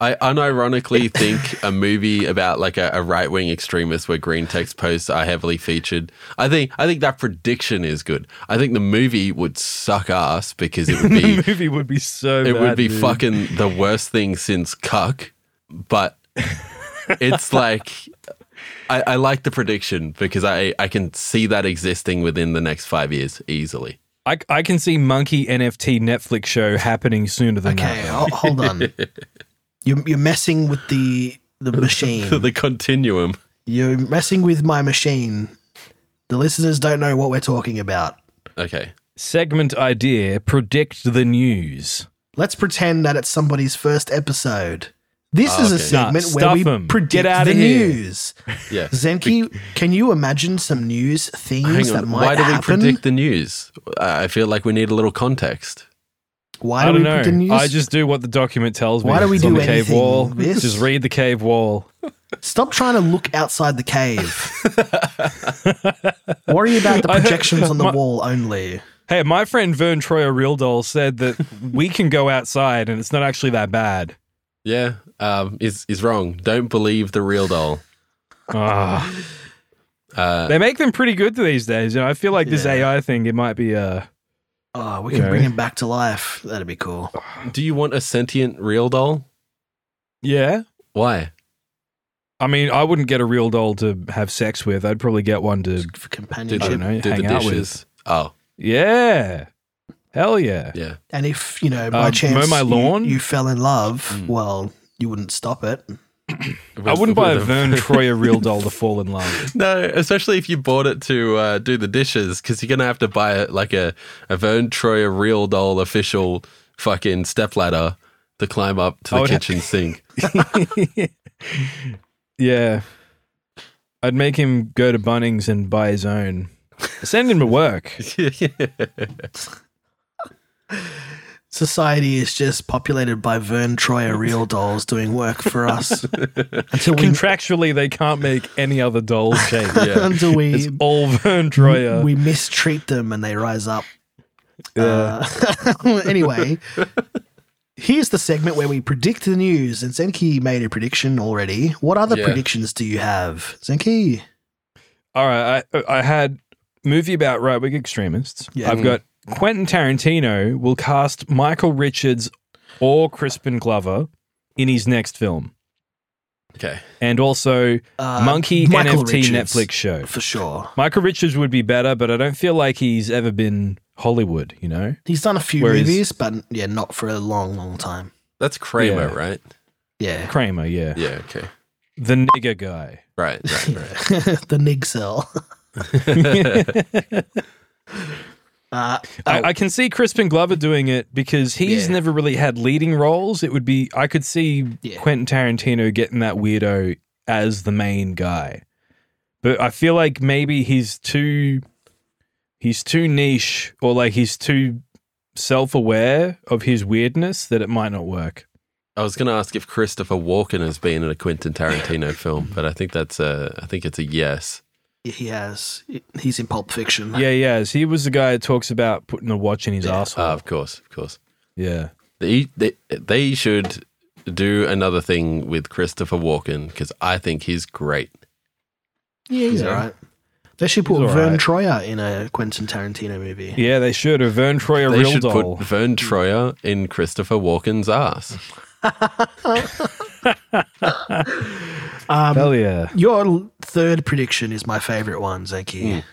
I unironically think a movie about like a, a right wing extremist where green text posts are heavily featured. I think I think that prediction is good. I think the movie would suck ass because it would
the
be
movie would be so
it
bad,
would be
dude.
fucking the worst thing since cuck. But it's like I, I like the prediction because I, I can see that existing within the next five years easily.
I, I can see Monkey NFT Netflix show happening sooner than
Okay,
that.
ho- hold on. You're, you're messing with the the machine.
the continuum.
You're messing with my machine. The listeners don't know what we're talking about.
Okay.
Segment idea predict the news.
Let's pretend that it's somebody's first episode. This
Oh,
is a
okay.
Ah,
segment
Nah,
where
stuff
we
'em.
predict
Get outta
the
here.
news.
Yeah.
Zenki, can you imagine some news things
Hang
that
on.
might
Why do we
happen?
predict the news? I I feel like we need a little context.
Why
I,
do
don't
we
know.
predict the news?
I just do what the document tells me.
Why do we
It's on
do
the cave
anything,
wall?
Vis?
Just read the cave wall.
Stop trying to look outside the cave. Worry about the
I heard-
projections on the
my-
wall only.
Hey, my friend Vern Troyer Realdoll said that we can go outside and it's not actually that bad.
Yeah, um, is is wrong. Don't believe the real doll.
Ah,
Uh,
they make them pretty good these days. You know, I feel like this
Yeah.
AI thing, it might be. Uh,
Oh, we can
Yeah.
bring him back to life. That'd be cool.
do you want a sentient real doll?
yeah.
Why?
I mean, I wouldn't get a real doll to have sex with. I'd probably get one to.
Do
For companionship.
I
the,
don't know,
do the
hang out with.
dishes? Oh,
Yeah. Hell yeah.
yeah.
And if, you know, by
Um,
chance
mow my
you-
lawn? Hmm.
You, fell in love,
Mm.
well, you wouldn't stop it.
I
With-
wouldn't buy a
with
Vern Troyer real doll to fall in love.
No, especially if you bought it to uh, do the dishes, because you're gonna have to buy it like a a Vern Troyer real doll official fucking stepladder to climb up to
I
the
would ha-
kitchen sink.
yeah. I'd make him go to Bunnings and buy his own. Send him to work.
Society is just populated by Vern Troyer real dolls doing work for us until we
Contractually, they can't make any other doll shape.
yeah.
until
It's
we
all Vern Troyer.
we mistreat them and they rise up.
Yeah.
Uh, anyway, here's the segment where we predict the news, and Zenki made a prediction already. What other
Yeah.
predictions do you have, Zenki?
All right, I I had movie about right wing extremists.
Yeah.
I've got Quentin Tarantino will cast Michael Richards or Crispin Glover in his next film,
Okay.
and also
Uh,
Monkey
Michael
NFT
Richards,
Netflix show.
for sure.
Michael Richards would be better, but I don't feel like he's ever been Hollywood. You know,
He's done a few
Whereas-
movies, but yeah, not for a long, long time.
That's Kramer,
Yeah.
right?
Yeah,
Kramer, yeah,
Yeah. Okay.
the nigger guy.
Right. Right. right.
the Nig cell. Uh,
I,
oh,
I can see Crispin Glover doing it because he's
Yeah.
never really had leading roles. It would be I could see
Yeah.
Quentin Tarantino getting that weirdo as the main guy, but I feel like maybe he's too he's too niche or like he's too self aware of his weirdness that it might not work.
I was going to ask if Christopher Walken has been in a Quentin Tarantino film, but I think that's a I think it's a yes.
he has. He's in Pulp Fiction.
Yeah, yeah. So he was the guy that talks about putting a watch in his asshole.
Ah, of course, of course.
yeah.
They they, they should do another thing with Christopher Walken because I think he's great.
Yeah, he's
Yeah.
alright. They should put
He's
Vern
alright.
Troyer in a Quentin Tarantino movie.
Yeah, they should. Or Vern Troyer
They
real
should
doll.
put Vern Troyer in Christopher Walken's ass.
Um,
Hell yeah.
your l- third prediction is my favorite
Hmm.
one, Zeki,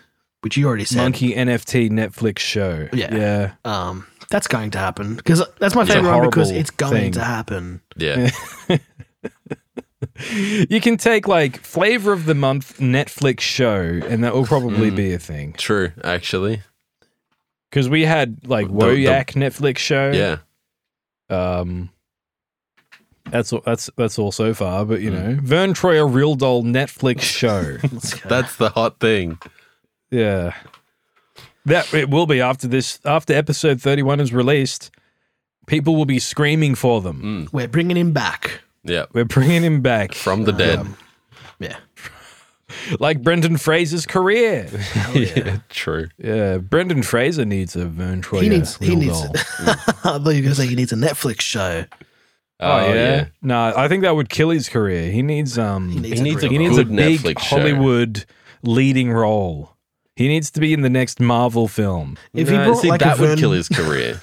which you already said.
Monkey NFT Netflix show.
Yeah.
Yeah.
Um, That's going to happen because that's my
a
favorite one because
horrible
it's going
thing.
to happen.
Yeah.
You can take like flavor of the month Netflix show, and that will probably
Mm.
be a thing.
True, actually.
Because we had like
The- the-
Woyak Netflix show.
Yeah.
Um, that's all- that's that's all so far, but you
Mm.
know, Vern Troyer Real Doll Netflix show.
Let's go.
That's the hot thing.
yeah, that it will be after this after episode thirty one is released. People will be screaming for
Mm.
them.
We're bringing him back. Um,
Yeah.
We're bringing him back,
From the dead.
Um,
Yeah.
like Brendan Fraser's career.
yeah. True.
yeah, Brendan Fraser needs a Vern Troyer.
He needs. He
Real
needs.
Doll. Hmm.
I thought you were going to say he needs a Netflix show.
Oh, yeah? No, I think that would kill his career. He needs um he needs,
He needs a
a,
real
good
big
Netflix show.
Hollywood leading role. He needs to be in the next Marvel film.
If
No,
he brought
see,
like
that
a
would
Vern,
kill his career.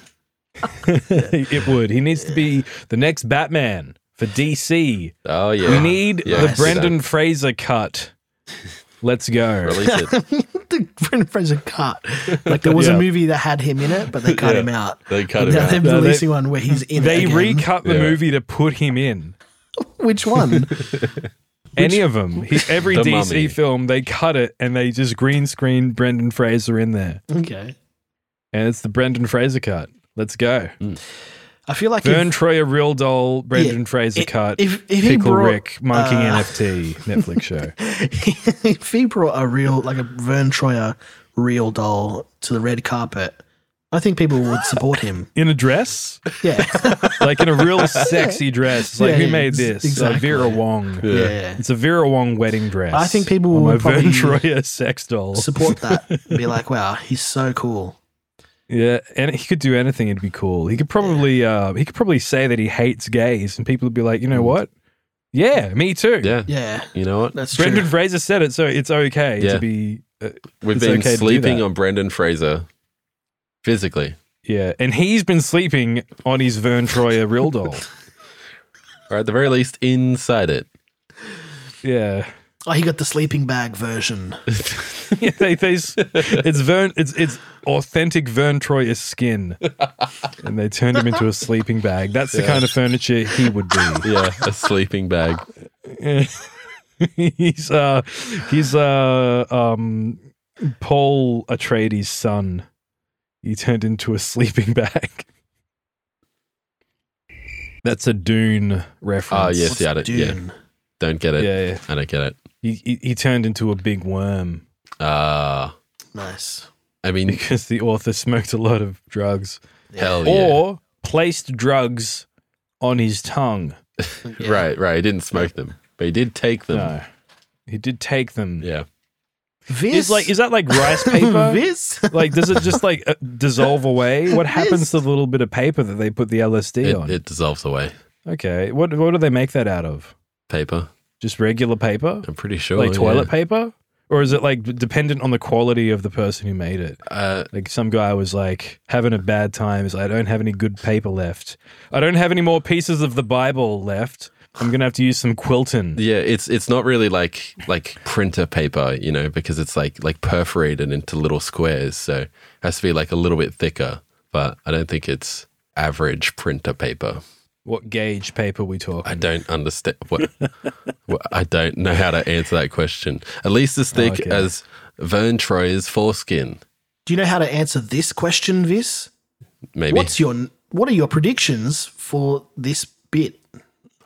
it would. He needs to be the next Batman for DC.
Oh yeah.
We need
Yeah, I
the
see
Brendan Fraser cut. Let's go.
that. Release it.
the Brendan Fraser cut. Like there was
Yeah.
a movie that had him in it, but they cut him out.
They cut him
now
out.
they're
No, they-
releasing one where he's in.
They
it again.
recut the
Yeah.
movie to put him in.
Which one?
Any of them. He, every
The
DC
Mummy.
film, they cut it and they just green screen Brendan Fraser in there.
okay.
And it's the Brendan Fraser cut. Let's go.
Mm.
I feel like
Vern
if,
Troyer, Real Doll, Brendan Fraser
i-
cut,
if, if he
Pickle
brought,
Rick, Monkey
uh,
NFT, Netflix show.
if he brought a real, like a Vern Troyer real doll to the red carpet, I think people would support him.
In a dress?
Yeah.
Like in a real sexy dress. It's like,
Yeah,
who
yeah,
made
ex-
this? Uh,
exactly.
Vera Wong.
yeah.
It's a Vera Wong wedding dress.
I think people
on
would
my Vern
probably-
Troyer sex doll.
Support that. Be like, wow, he's so cool.
Yeah, and he could do anything. It'd be cool. He could probably, uh, he could probably say that he hates gays, and people would be like, you know what? Yeah, me too.
Yeah.
Yeah.
You know what?
That's
Brendan
true.
Fraser said it, so it's okay
Yeah.
to be. Uh,
We've
It's
been
okay to do
sleeping
that.
on Brendan Fraser physically.
yeah, and he's been sleeping on his Vern Troyer real doll.
Or at the very least inside it.
Yeah.
Oh, he got the sleeping bag version.
yeah, they, they, s- it's Vern, it's it's authentic Vern Troyer's skin, and they turned him into a sleeping bag. That's the kind of furniture he would be.
Yeah. A sleeping bag.
he's uh, he's uh, um, Paul Atreides' son. He turned into a sleeping bag. That's a Dune reference.
Oh yes,
What's
yeah, I don't, yeah.
Dune?
Don't get it.
yeah. yeah.
I don't get it.
He, he he turned into a big worm
Ah.
Nice.
I mean,
because the author smoked a lot of drugs.
hell Oh, yeah.
or placed drugs on his tongue.
Yeah.
Right, right. He didn't smoke them, but he did take them.
No, he did take them.
Yeah.
This
Is like is that like rice paper?
this?
like does it just like uh, dissolve away? What happens to the little bit of paper that they put the LSD
It,
on?
it dissolves away.
okay, what what do they make that out of?
Paper.
Just regular paper,
I'm pretty sure.
like toilet
yeah.
paper, or is it like d- dependent on the quality of the person who made it?
Uh,
Like some guy was like having a bad time. He's like, I don't have any good paper left. I don't have any more pieces of the Bible left. I'm gonna have to use some quilting.
yeah, it's it's not really like like printer paper, you know, because it's like like perforated into little squares, so it has to be like a little bit thicker. But I don't think it's average printer paper.
What gauge paper we talk?
I don't understand what, what I don't know how to answer that question. At least as thick
Okay.
as Vern Troyer's foreskin,
Do you know how to answer this question, Vis?
maybe.
What's your what are your predictions for this bit?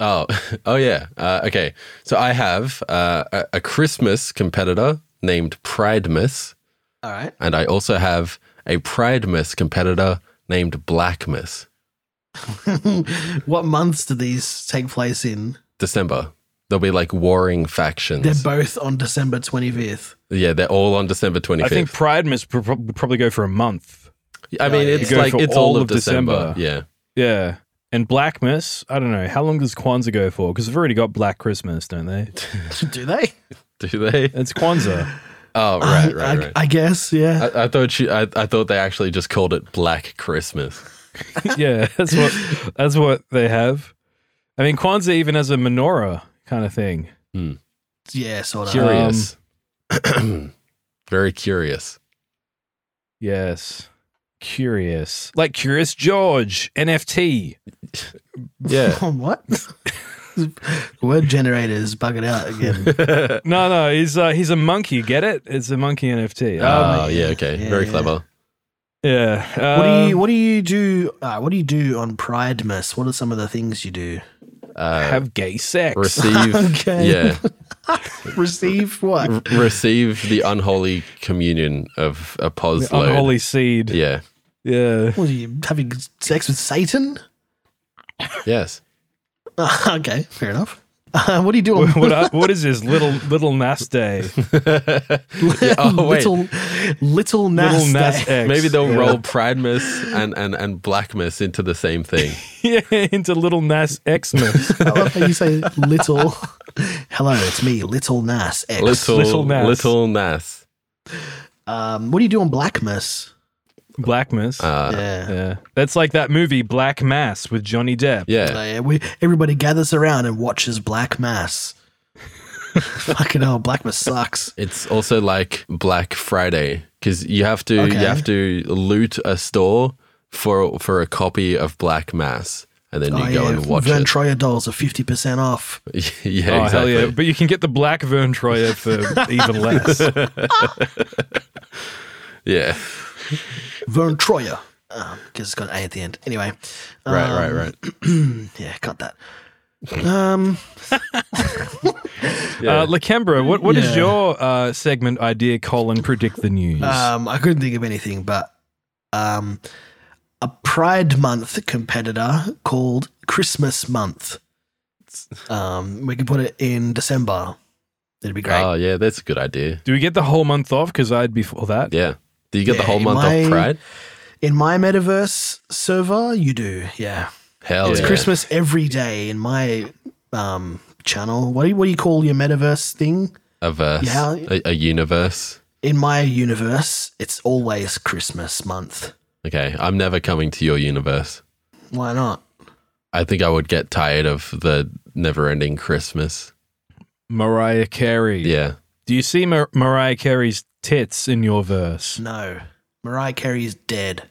Oh, oh yeah. Uh, okay. So I have uh, a, a Christmas competitor named Pridemus,
All right.
and I also have a Pridemus competitor named Blackmus.
what months do these take place in?
December. There'll be like warring
They're
factions.
both on December 25th.
yeah, they're all on December twenty
I think
fifth.
Pride must pro- pro- would probably go for a month.
I mean,
yeah,
it's
yeah. Go
like
for
it's all, of December.
Yeah. And Blackmas, I don't know. How long does Kwanzaa go for? Because they've already got Black Christmas, don't they?
do they?
Yeah. Do they?
It's Kwanzaa.
Oh, right,
I,
right, Uh, right. I,
I guess, yeah.
I, thought you. I, I thought they actually just called it Black Christmas.
yeah, that's what that's what they have. I mean, Kwanzaa even has a menorah kind of thing.
yeah, sort of.
Sure.
Curious. Very curious.
Yes. Curious. Like Curious George, NFT.
Yeah.
Oh, what? Word generators bug it out again.
No, no, he's uh, he's a monkey. Get it? It's a monkey NFT. Um,
oh, yeah. Okay.
yeah,
Very
yeah.
clever.
yeah.
Uh, What
um,
do you What do you do? Uh, what do you do on Pride Mass? What are some of the things you do?
Uh,
have gay sex?
receive.
Okay.
Yeah.
Receive what?
R- receive the unholy communion of a pos
The
load.
unholy seed.
Yeah.
yeah.
What are you having sex with Satan?
Yes.
Ah, okay, fair enough. Uh, what do you do on
what, I- what is this little little Nas Day?
Yeah, oh, wait.
little
Little
little Nas?
Nas
Day?
X.
Maybe they'll roll Pridemus and, and, and Blackmus into the same thing.
yeah, into little Nas Xmas.
I love how you say little. Hello, it's me, Little Nas X.
Little,
Little Nas.
Little Nas.
Um, what do you do on Black Mass?
Blackmas.
Uh,
yeah.
yeah, that's like that movie Black Mass with Johnny Depp.
yeah.
Like, we, everybody gathers around and watches Black Mass. Fucking hell, Black Mass sucks.
It's also like Black Friday because you have to
Okay.
you have to loot a store for for a copy of Black Mass, and then you
Oh,
go
yeah,
and watch
Vern
it.
Troyer dolls are fifty percent off.
yeah,
oh
exactly.
hell yeah! But you can get the black Vern Troyer for even less.
yeah.
Vern Troyer, because it's got an A at the end. Anyway,
Right,
um,
right, right.
Yeah, cut that. Um,
Yeah.
Uh, Lakembra, what what is
Yeah.
your uh, segment idea? Colin predict the news.
um, I couldn't think of anything, but um, a Pride Month competitor called Christmas Month. Um, we could put it in December. It'd be great.
Oh yeah, that's a good idea.
Do we get the whole month off? Because I'd be for that.
Yeah. Do you get
Yeah,
the whole month
my-
off Pride?
In my metaverse server, you do, yeah.
Hell
it's
yeah.
Christmas every day in my um, channel. What do you, what do you call your metaverse thing?
A verse.
Yeah.
A, a universe.
In my universe, it's always Christmas month.
Okay. I'm never coming to your universe.
Why not?
I think I would get tired of the never ending Christmas.
Mariah Carey.
Yeah.
Do you see Mar- Mariah Carey's tits in your verse?
No, Mariah Carey is dead.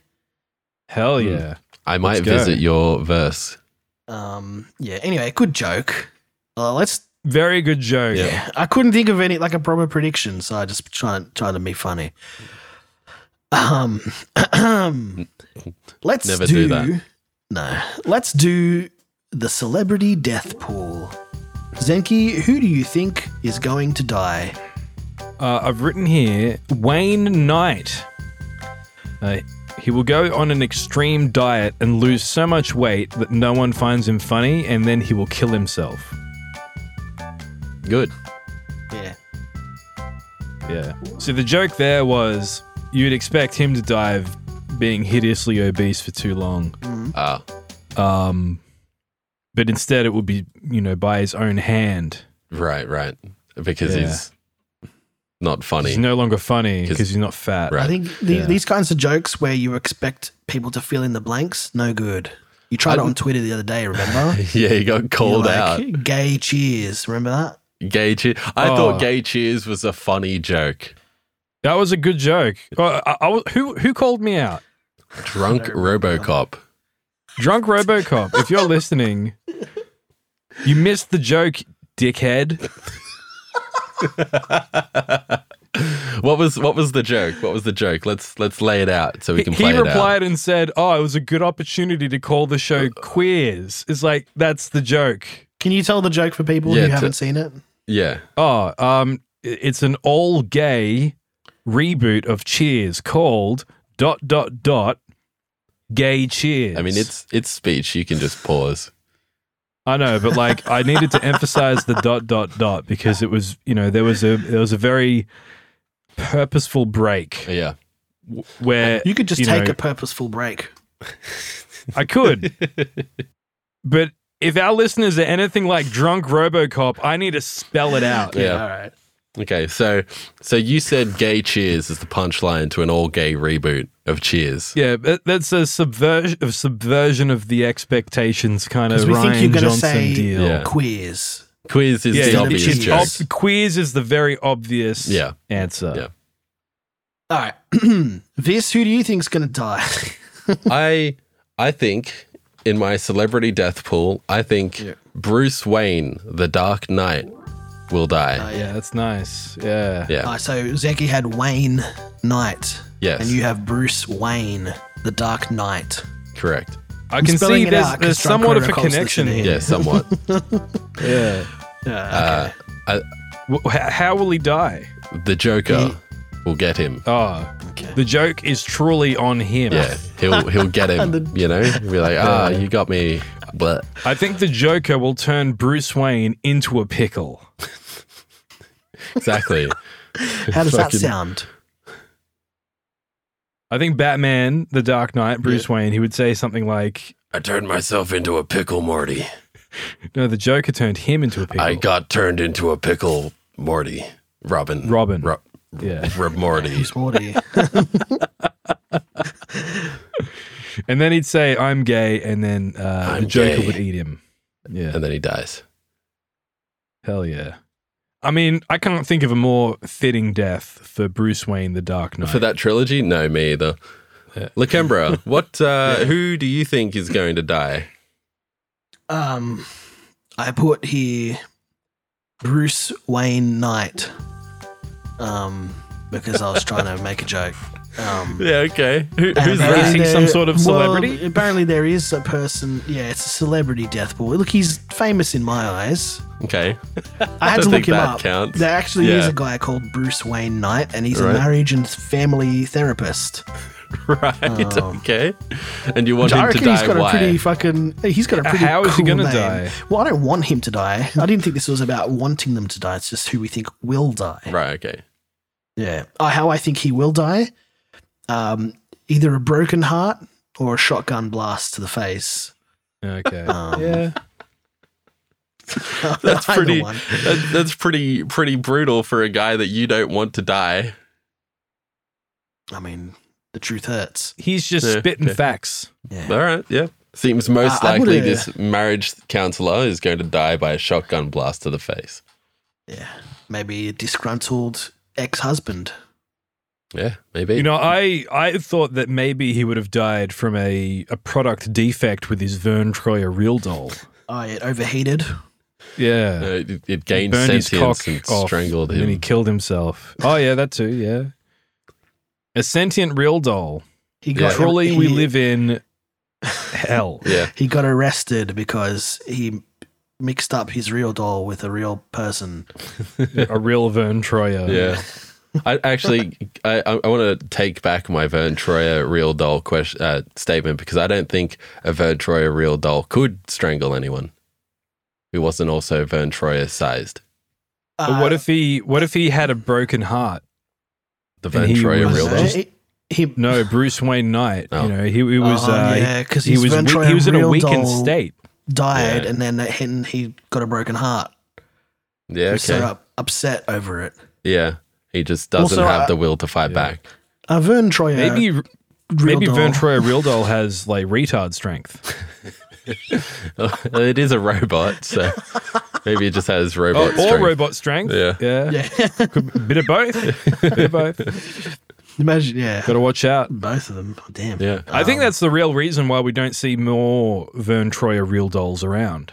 Hell
Hmm.
yeah!
I might
go.
visit your verse.
Um, yeah. Anyway, good joke. Uh, let's.
Very good joke.
Yeah.
Yeah, I couldn't think of any like a proper prediction, so I just trying trying to be funny. Um, let's
Never
do,
do that.
No, let's do the celebrity death pool. Zenki, who do you think is going to die?
Uh, I've written here Wayne Knight. Uh, he will go on an extreme diet and lose so much weight that no one finds him funny, and then he will kill himself.
Good.
Yeah,
Yeah. So the joke there was you'd expect him to die of being hideously obese for too long,
Ah,
um, but instead it would be you know by his own hand.
right, right. Because
Yeah.
he's not funny.
He's no longer funny
'Cause-
because he's not fat.
Right.
I think the,
Yeah.
these kinds of jokes where you expect people to fill in the blanks, no good. You tried it
I-
on Twitter the other day, remember?
yeah, he got called
You're
out.
like, Gay cheers. Remember that?
Gay cheer. I
Oh.
thought gay cheers was a funny joke.
That was a good joke. Uh, I, I was, who who called me out?
Drunk RoboCop.
Drunk Robocop, if you're listening, you missed the joke, dickhead.
What was what was the joke? What was the joke? Let's let's lay it out so we can
He
play it out.
replied and said, Oh, it was a good opportunity to call the show queers. It's like, that's the joke.
Can you tell the joke for people
Yeah,
who
to-
haven't seen it?
Yeah.
Oh, um, i- it's an all gay reboot of Cheers called dot dot dot gay cheers.
I mean it's it's speech. You can just pause.
I know, but like I needed to emphasize the dot dot dot because it was, you know, there was a there was a very purposeful break
Yeah.
where
You could just
you
take
know-
a purposeful break.
I could. but if our listeners are anything like drunk Robocop, I need to spell it out.
Yeah.
All right.
Okay, so so you said gay cheers is the punchline to an all gay reboot of Cheers.
Yeah, that- that's a subversion of subversion of the expectations kind of
'Cause we think
Ryan
you're gonna
Johnson
say-
deal.
Yeah.
Queers.
Quiz is
Yeah,
the
you-
obvious
it's
joke.
Ob- queers is the very obvious
Yeah.
answer.
Yeah.
All right. Vis, who do you think's going to die?
I I think in my celebrity death pool, I think
Yeah.
Bruce Wayne, the Dark Knight, will die.
Yeah, that's nice. Yeah.
yeah.
Uh, so Zeki had Wayne Knight.
Yes.
And you have Bruce Wayne, the Dark Knight.
Correct.
I can
spelling
see
it
there's,
out 'cause
there's
Strong
somewhat of a
Protocol's
connection
listening.
here.
Yeah, somewhat.
Yeah.
uh, uh,
W- h- how will he die?
the Joker will get him.
Oh,
Okay.
the joke is truly on him.
Yeah, he'll he'll get him. you know, He'll be like, ah, you got me. But
I think the Joker will turn Bruce Wayne into a pickle.
exactly.
How does that
Fucking-
sound?
I think Batman, the Dark Knight, Bruce Wayne, he would say something like,
I turned myself into a pickle, Morty.
No, the Joker turned him into a pickle.
I got turned into a pickle, Morty. Robin.
Robin.
Ro-
yeah.
Rob Morty.
Bruce Morty.
And then he'd say, I'm gay. And then uh, the
I'm
Joker
gay.
would eat him. Yeah.
And then he dies.
Hell yeah. I mean, I can't think of a more fitting death for Bruce Wayne, the Dark Knight.
For that trilogy? No, me either.
Yeah.
Lakembra, what uh, who do you think is going to die?
um, I put here Bruce Wayne Knight. Um, because I was trying to make a joke. Um,
Yeah, okay. Who,
And
Barry.
who's that?
Releasing
there-
some sort of
well,
celebrity?
apparently, there is a person. Yeah, it's a celebrity death pool. Look, he's famous in my eyes.
Okay.
I
don't
had to look
think
him
that
up.
counts.
There actually is
Yeah.
a guy called Bruce Wayne Knight, and he's
Right.
a marriage and family therapist.
Right.
Um,
okay. And you want
I
him to
reckon he's
die?
got
Why?
a pretty fucking. He's got a pretty.
How is he
cool
gonna
name.
die?
Well, I don't want him to die. I didn't think this was about wanting them to die. It's just who we think will die.
Right. Okay.
Yeah. Uh, how I think he will die, um, either a broken heart or a shotgun blast to the face.
Okay.
Um,
yeah.
That's
Either
pretty.
one.
That, that's pretty pretty brutal for a guy that you don't want to die.
I mean, the truth hurts.
He's just
Yeah,
spitting
yeah.
facts.
Yeah.
All right. Yeah. Seems most
Uh, I
likely
would've-
this marriage counselor is going to die by a shotgun blast to the face.
Yeah. Maybe a disgruntled ex-husband.
Yeah. Maybe.
You know, I, I thought that maybe he would have died from a, a product defect with his Vern Troyer real doll.
Oh, it overheated.
Yeah.
Uh, it, it gained
burned his
sentience
cock
and
off,
strangled
and then he
him.
killed himself. Oh yeah, that too. Yeah, a sentient real doll.
He
Yeah.
Truly,
he-
we live in hell.
yeah.
He got arrested because he mixed up his real doll with a real person.
a real Vern Troyer.
Yeah. I actually, I, I want to take back my Vern Troyer real doll question, uh, statement because I don't think a Vern Troyer real doll could strangle anyone who wasn't also Vern Troyer sized.
But what if he? What if he had a broken heart?
The
And
Vern
he
Troyer
was
real
just-
doll.
Uh, He, he,
No, Bruce Wayne Knight.
Oh.
You know, he, he was.
Oh,
uh,
yeah, because
he, was.
Vern
weak-
Troyer
he was in a
real
weakened
doll
state.
Died,
Yeah.
and then and he got a broken heart.
Yeah,
He was so
okay.
up, upset over it.
Yeah, he just doesn't
Also, uh,
have
I-
the will to fight back.
Uh, Vern Troyer.
Maybe.
real
maybe
doll.
Vern Troyer real doll has like retard strength.
it is a robot, so maybe it just has
Oh,
robot
or
strength.
robot strength.
Yeah.
Yeah.
Yeah.
Could, bit of both. bit of both.
Imagine. Yeah.
Got to watch out.
Both of them. Oh, Damn. Um,
yeah,
I think that's the real reason why we don't see more Vern Troyer real dolls around.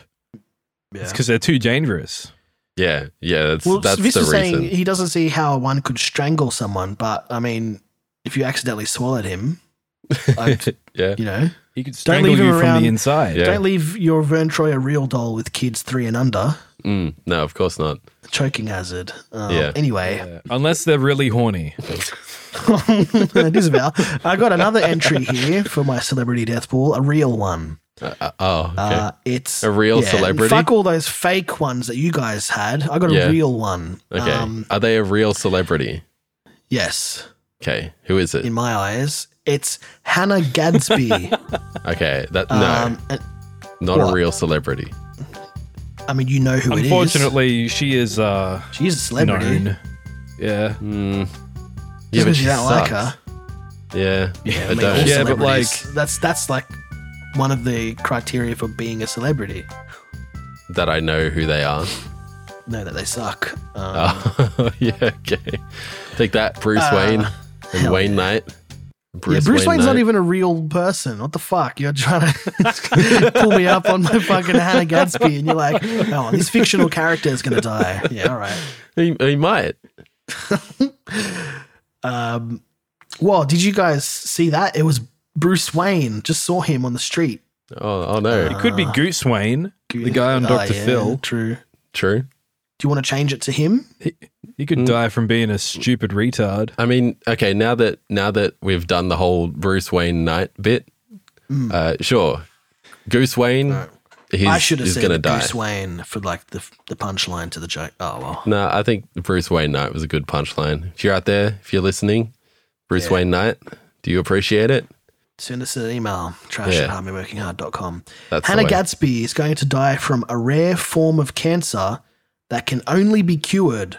Yeah.
It's because they're too dangerous.
yeah, yeah. That's
Well,
that's the
Swiss
reason.
was saying he doesn't see how one could strangle someone, but I mean, if you accidentally swallowed him, I'd,
yeah,
you know,
He could strangle
leave him
you from
around-
the inside.
Yeah.
don't leave your Vern Troyer real doll with kids three and under.
Mm, no, of course not.
Choking hazard. Um,
Yeah.
Anyway,
Yeah. Unless they're really horny.
it is about. I got another entry here for my celebrity death pool, a real one.
Uh, uh, oh, okay.
Uh, it's
A real celebrity?
Fuck all those fake ones that you guys had. I got a
Yeah.
real one.
Okay.
Um,
Are they a real celebrity?
yes,
Okay. Who is it?
in my eyes, it's Hannah Gadsby.
Okay. That
um, and-
no, not a
what?
real celebrity.
I mean, you know who it is.
Unfortunately, she is uh,
she's a celebrity.
known. Yeah.
Mm.
Just because
she
you don't like
sucks.
her.
Yeah.
Yeah,
I
mean,
don't.
all
Yeah, but, like-
celebrities- that's that's like one of the criteria for being a celebrity.
That I know who they are.
Know that they suck. Um,
Uh, Oh, yeah. Okay. Take that, Bruce
Uh,
Wayne. and Wayne Knight. Bruce,
yeah, Bruce
Wayne
Wayne's not
Knight.
even a real person. What the fuck? You're trying to pull me up on my fucking Hannah Gadsby, and you're like, oh, this fictional character is going to die. Yeah, all right.
He, he might.
Um, well, did you guys see that? It was Bruce Wayne. Just saw him on the street.
Oh, oh no.
Uh,
It could be Goose Wayne, the guy on
Ah,
Dr.
yeah,
Phil.
True.
True.
Do you want to change it to him?
He
Mm.
could die from being a stupid retard.
I mean, okay, now that now that we've done the whole Bruce Wayne Knight bit, uh, sure. Goose Wayne he's,
Hmm. I should have
he's
said
gonna die.
Bruce Wayne for like the the punchline to the joke. Oh well.
No, I think Bruce Wayne Knight was a good punchline. If you're out there, if you're listening, Bruce Wayne Knight, do you appreciate it?
Send us an email, trash
Yeah.
at harmonyworkinghard.com.
That's the
Hannah
way.
Gadsby is going to die from a rare form of cancer that can only be cured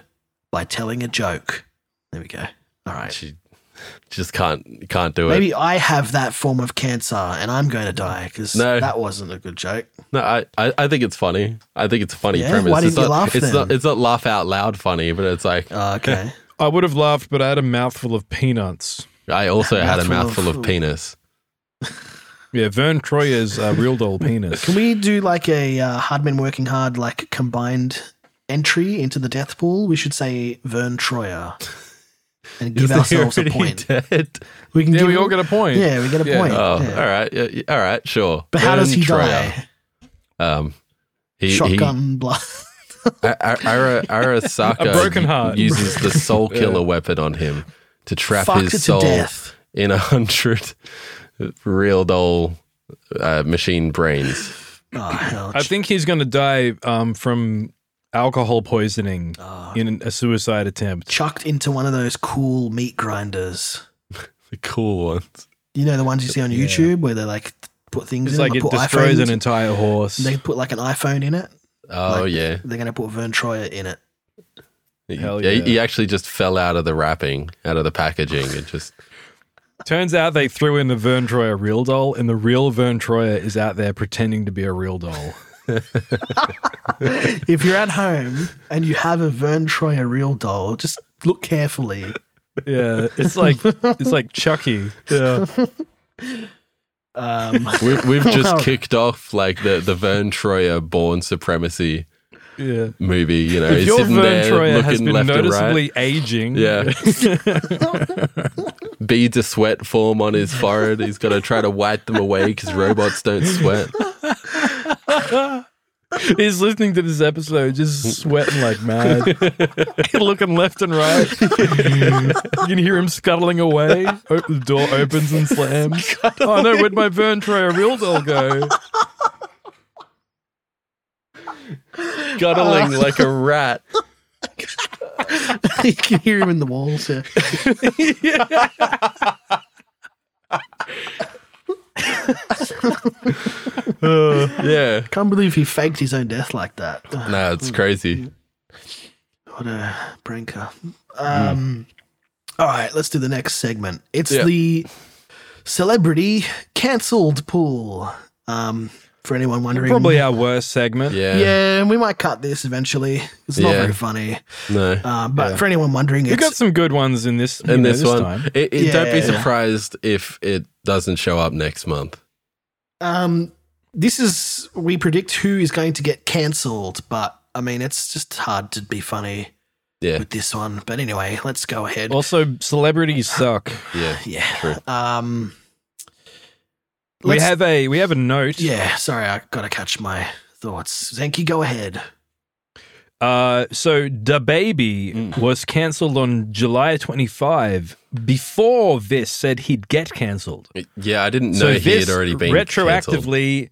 by telling a joke. There we go. All right.
She just can't can't do it.
Maybe I have that form of cancer and I'm going to die because
No.
that wasn't a good joke.
No, I, I, I think it's funny. I think it's a funny
Yeah?
premise.
Why
it's
didn't you
not,
laugh
it's
then?
not it's not laugh out loud funny, but it's like
Oh, okay.
I would have laughed, but I had a mouthful of peanuts.
I also had a
Mouthful
mouthful
of-
of penis.
Yeah, Vern Troyer's uh, real doll penis.
can we do like a uh, hard men working hard, like combined entry into the death pool? We should say Vern Troyer and give
Is he
ourselves a
already
point.
dead?
We can
yeah,
give
we all get a point.
Yeah, we get a
Yeah.
point.
Oh,
yeah.
all right, yeah, yeah, all right, sure.
But how does
Vern
he
Troyer.
die?
Um, he, he-
Shotgun blood.
A- A- Ara, Arasaka
A broken heart.
uses the soul killer weapon on him to trap
Fucked it
his
to
soul
death.
in a hundred real doll uh, machine brains.
Oh, hell.
I think he's going to die um, from alcohol poisoning in a suicide attempt.
uh, Chucked into one of those cool meat grinders.
The cool ones.
You know the ones you see on YouTube where they like put things
It's
in
like
them,
it
put
destroys
iPhones,
an entire horse.
and They put like an iPhone in it.
Oh
Like-
yeah.
They're going to put Vern Troyer in it.
Hell
yeah. he-
yeah.
He actually just fell out of the wrapping, out of the packaging. It just
Turns out they threw in the Vern Troyer real doll, and the real Vern Troyer is out there pretending to be a real doll.
If you're at home and you have a Vern Troyer real doll, just look carefully.
Yeah, it's like it's like Chucky. Yeah.
Um,
we, we've just
Wow.
kicked off like the the Vern Troyer born supremacy
Yeah.
movie. You know,
If
he's
your
sitting
Vern
there
Troyer
looking
has been
left and right.
noticeably aging,
Yeah. Beads of sweat form on his forehead. He's got to try to wipe them away because robots don't sweat.
he's listening to this episode just sweating like mad, looking left and right. you can hear him scuttling away. O- the door opens and slams. Oh no, where'd my Vern Troyer real doll go? Ah.
Guttling like a rat.
you can hear him in the walls. Yeah.
Yeah.
Can't believe he faked his own death like that. Uh,
No, it's crazy.
What a pranker. Um, All right, let's do the next segment. It's
Yeah.
the celebrity cancelled pool. Um, for anyone wondering,
Probably our worst segment.
Yeah.
yeah. and we might cut this eventually. It's not
Yeah.
very funny.
No.
Uh, but for anyone wondering,
We
it's
got some good ones in this. you
and
know,
this, one,
time.
it, it- don't be
Yeah.
surprised if it doesn't show up next month.
um, this is we predict who is going to get cancelled, but I mean, it's just hard to be funny
Yeah.
with this one. But anyway, let's go ahead.
Also, celebrities suck.
Yeah.
yeah.
true.
Um,
We
let's-
have a we have a note.
Yeah, sorry, I gotta catch my thoughts. Zenki, go ahead.
Uh, so the baby
Mm.
was cancelled on July 25. Before this, said he'd get cancelled.
Yeah. I didn't
so
know he
this
had already been cancelled.
retroactively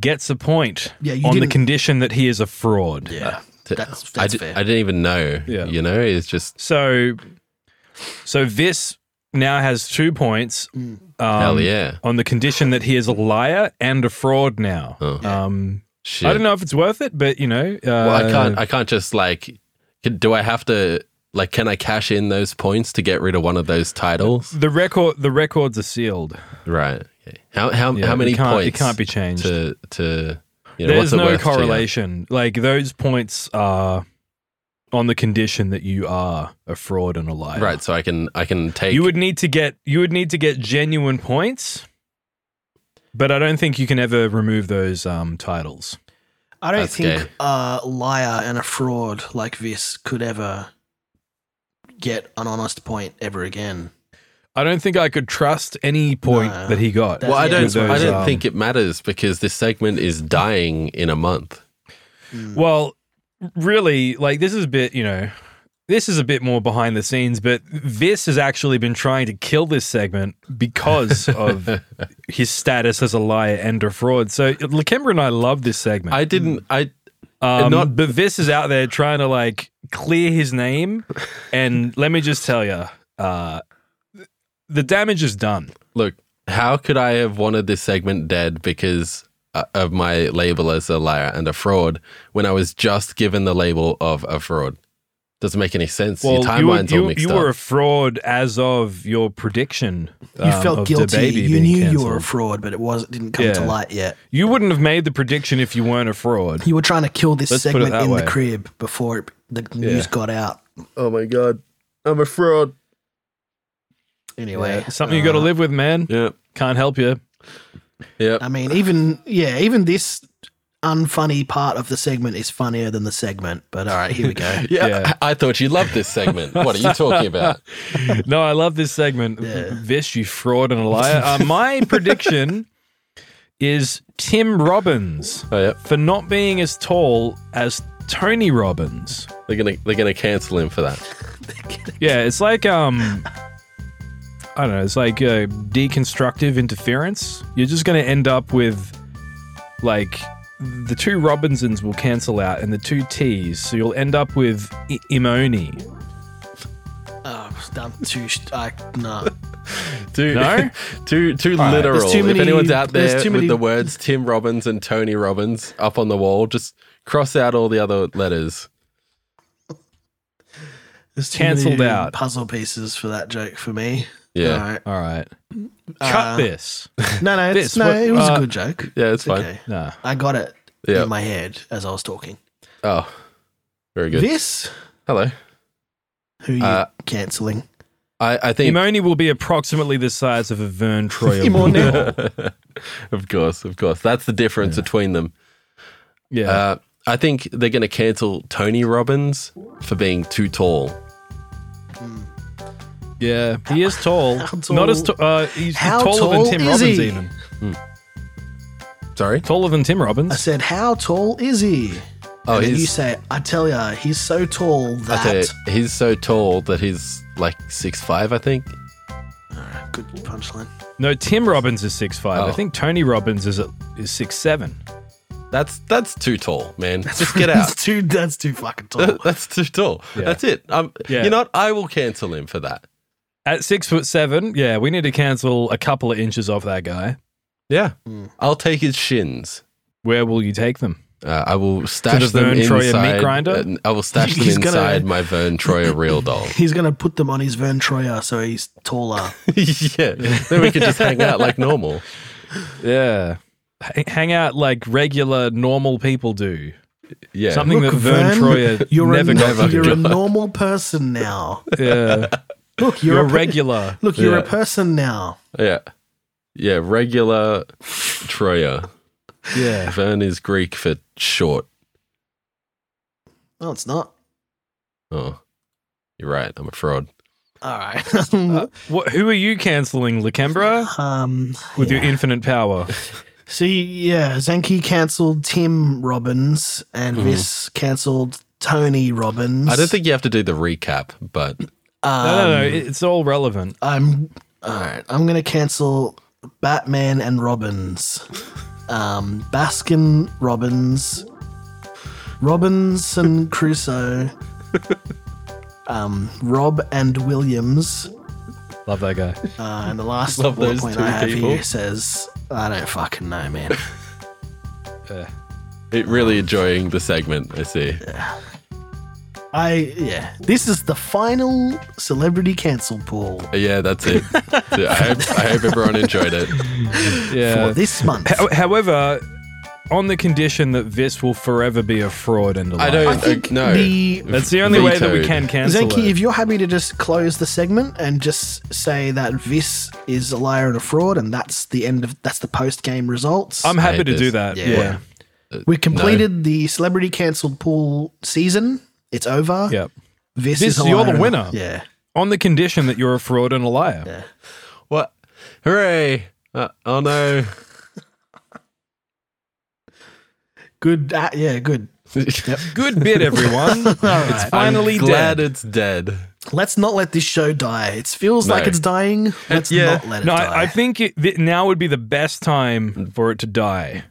gets a point
Yeah, you
on the
didn't-
condition that he is a fraud.
Yeah,
T-
that's,
Uh, I,
that's
di-
fair.
I didn't even know.
Yeah.
You know, it's just
So, so this now has two points.
Mm.
Um,
hell yeah.
On the condition that he is a liar and a fraud now.
Oh.
Um,
Shit.
I don't know if it's worth it, but you know, uh,
Well, I can't. I can't just like. can- Do I have to like? Can I cash in those points to get rid of one of those titles?
the record, the records are sealed.
Right. Okay. How how
Yeah,
how many
it can't,
points?
It can't be changed.
to to. You know, what's
There's
it
no
worth to you?
correlation. Like those points are on the condition that you are a fraud and a liar.
Right, so I can I can take
You would need to get you would need to get genuine points, but I don't think you can ever remove those um, titles.
I don't
That's
think
gay.
a liar and a fraud like this could ever get an honest point ever again.
I don't think I could trust any point
No.
that he got.
Well, I
Yeah,
don't
with those,
I don't
um,
think it matters because this segment is dying in a month.
Mm.
Well, really, like this is a bit, you know, this is a bit more behind the scenes, but this has actually been trying to kill this segment because of his status as a liar and a fraud. So Lakemba and I love this segment.
I didn't I
Um,
not-
but Viss is out there trying to like clear his name, and let me just tell you, uh, th- the damage is done.
look, how could I have wanted this segment dead because uh, of my label as a liar and a fraud when I was just given the label of a fraud? Doesn't make any sense. Your
you were,
timeline's
you,
all mixed
you
up.
were a fraud as of your prediction.
you
um,
felt
of
guilty.
DaBaby
You
being
knew you
cancelled.
were a fraud, but it was it didn't come to
Yeah.
light yet.
You wouldn't have made the prediction if you weren't a fraud.
You were trying to kill this
Let's put it
segment
that
in
way.
the crib before it, the news got out.
oh my god, I'm a fraud.
Anyway,
Something you got to
uh,
live with, man.
Yeah,
Can't help you.
yeah.
I mean, even yeah, even this unfunny part of the segment is funnier than the segment. But all right, here we go.
Yeah,
Yeah.
I, I thought you loved this segment. what are you talking about?
no, I love this segment.
Yeah.
Vish, you fraud and a liar. Uh, my prediction is Tim Robbins
Oh yeah,
for not being as tall as Tony Robbins.
they're gonna they're gonna cancel him for that.
Yeah, it's like um, I don't know. It's like uh, deconstructive interference. You're just gonna end up with like the two Robinsons will cancel out, and the two T's. So you'll end up with I- Imoni.
Oh, I'm too. Sh- I, no.
Too
No?
too too
right.
literal.
There's too many-
if anyone's out
there's
there
too
with
many-
the words Tim Robbins and Tony Robbins up on the wall, just cross out all the other letters.
There's too
Cancelled
many
out.
puzzle pieces for that joke for me.
Yeah.
All right.
All right,
Uh,
cut this.
No, no, it's,
This,
no.
what-
it was
uh,
a good joke.
Yeah, it's
It's
fine.
okay.
Nah.
I got it
Yeah.
in my head as I was talking.
Oh, very good.
This,
Hello.
who you
Uh,
cancelling?
I, I think.
Imoni will be approximately the size of a Vern Troyer.
Imoni.
bull.
of course, of course. That's the difference between them.
Yeah.
Uh, I think they're going to cancel Tony Robbins for being too tall.
yeah. He is tall.
How tall-
Not as t- uh, he's
How
taller
tall
than Tim
is
Robbins
he?
even.
Sorry.
Taller than Tim
I
Robbins.
said, "How tall is he?"
Oh,
and then
he's-
you say, "I tell ya, he's so tall that."
Okay, he's so tall that he's like six five. I think.
Good punchline.
No, Tim Robbins is six five. I
Oh.
think Tony Robbins is a, is six seven.
That's that's too tall, man. Just get out.
that's too. That's too fucking tall.
That- that's too tall.
Yeah.
That's it. Um,
Yeah.
You know what? I will cancel him for that.
At six foot seven, yeah, we need to cancel a couple of inches off that guy.
Yeah.
Hmm.
Mm.
I'll take his shins.
Where will you take them?
Uh, I will stash
the
them
Vern Troyer meat
inside.
grinder?
uh, I will stash them
He's gonna-
inside my Vern Troyer real doll.
He's gonna put them on his Vern Troyer, so he's taller.
yeah. Then we could just hang out like normal.
Yeah. H- hang out like regular, normal people do.
Yeah.
Something that Vern, Troyer
you're
never
a,
got.
you're
to
a normal person now.
do. Yeah.
Look, you're,
You're,
a pe-
regular.
Look, you're a
Yeah.
person now.
Yeah. Yeah. Regular Troyer.
Yeah.
Vern is Greek for short.
No, it's not.
Oh, you're right. I'm a fraud.
All right.
Uh, What, who are you cancelling, Lakembra?
um.
With
yeah.
your infinite power.
See, yeah, Zenki cancelled Tim Robbins, and
Mm-hmm.
Mhm.
this cancelled Tony Robbins.
I don't think you have to do the recap, but
Um,
No, no, no. it- It's all relevant.
I'm all right. I'm gonna cancel Batman and Robbins, um, Baskin Robbins, Robinson Crusoe, um, Rob and Williams,
Love that guy.
uh, and the last
Love
bullet
those
point
two
I have
people.
here says, "I don't fucking know, man."
Yeah.
it really enjoying the segment. I see.
I yeah. This is the final celebrity cancel pool
Yeah, that's it. That's it. I, hope, I hope everyone enjoyed it.
yeah.
for this month.
Ho- Oh, however, on the condition that this will forever be a fraud and a lie.
I don't.
I think
uh, no.
the-
That's the only way that we
Vetoed.
can cancel
Zenki,
it.
if you're happy to just close the segment and just say that this is a liar and a fraud, and that's the end of that's the post game results.
I'm happy
hate
to do
this.
that.
Yeah.
yeah.
we completed the celebrity cancelled pool season. It's over.
Yep.
This,
This-
is a
you're
liar
the
and a-
winner.
Yeah.
On the condition that you're a fraud and a liar.
What? Hooray! Uh, oh no.
Good. Uh, yeah. Good.
Good bit, everyone. It's finally
I'm glad
dead.
it's dead.
Let's not let this show die. It feels
No.
like it's dying. Let's
yeah.
not let it
No,
die.
I, I think it, th- now would be the best time for it to die.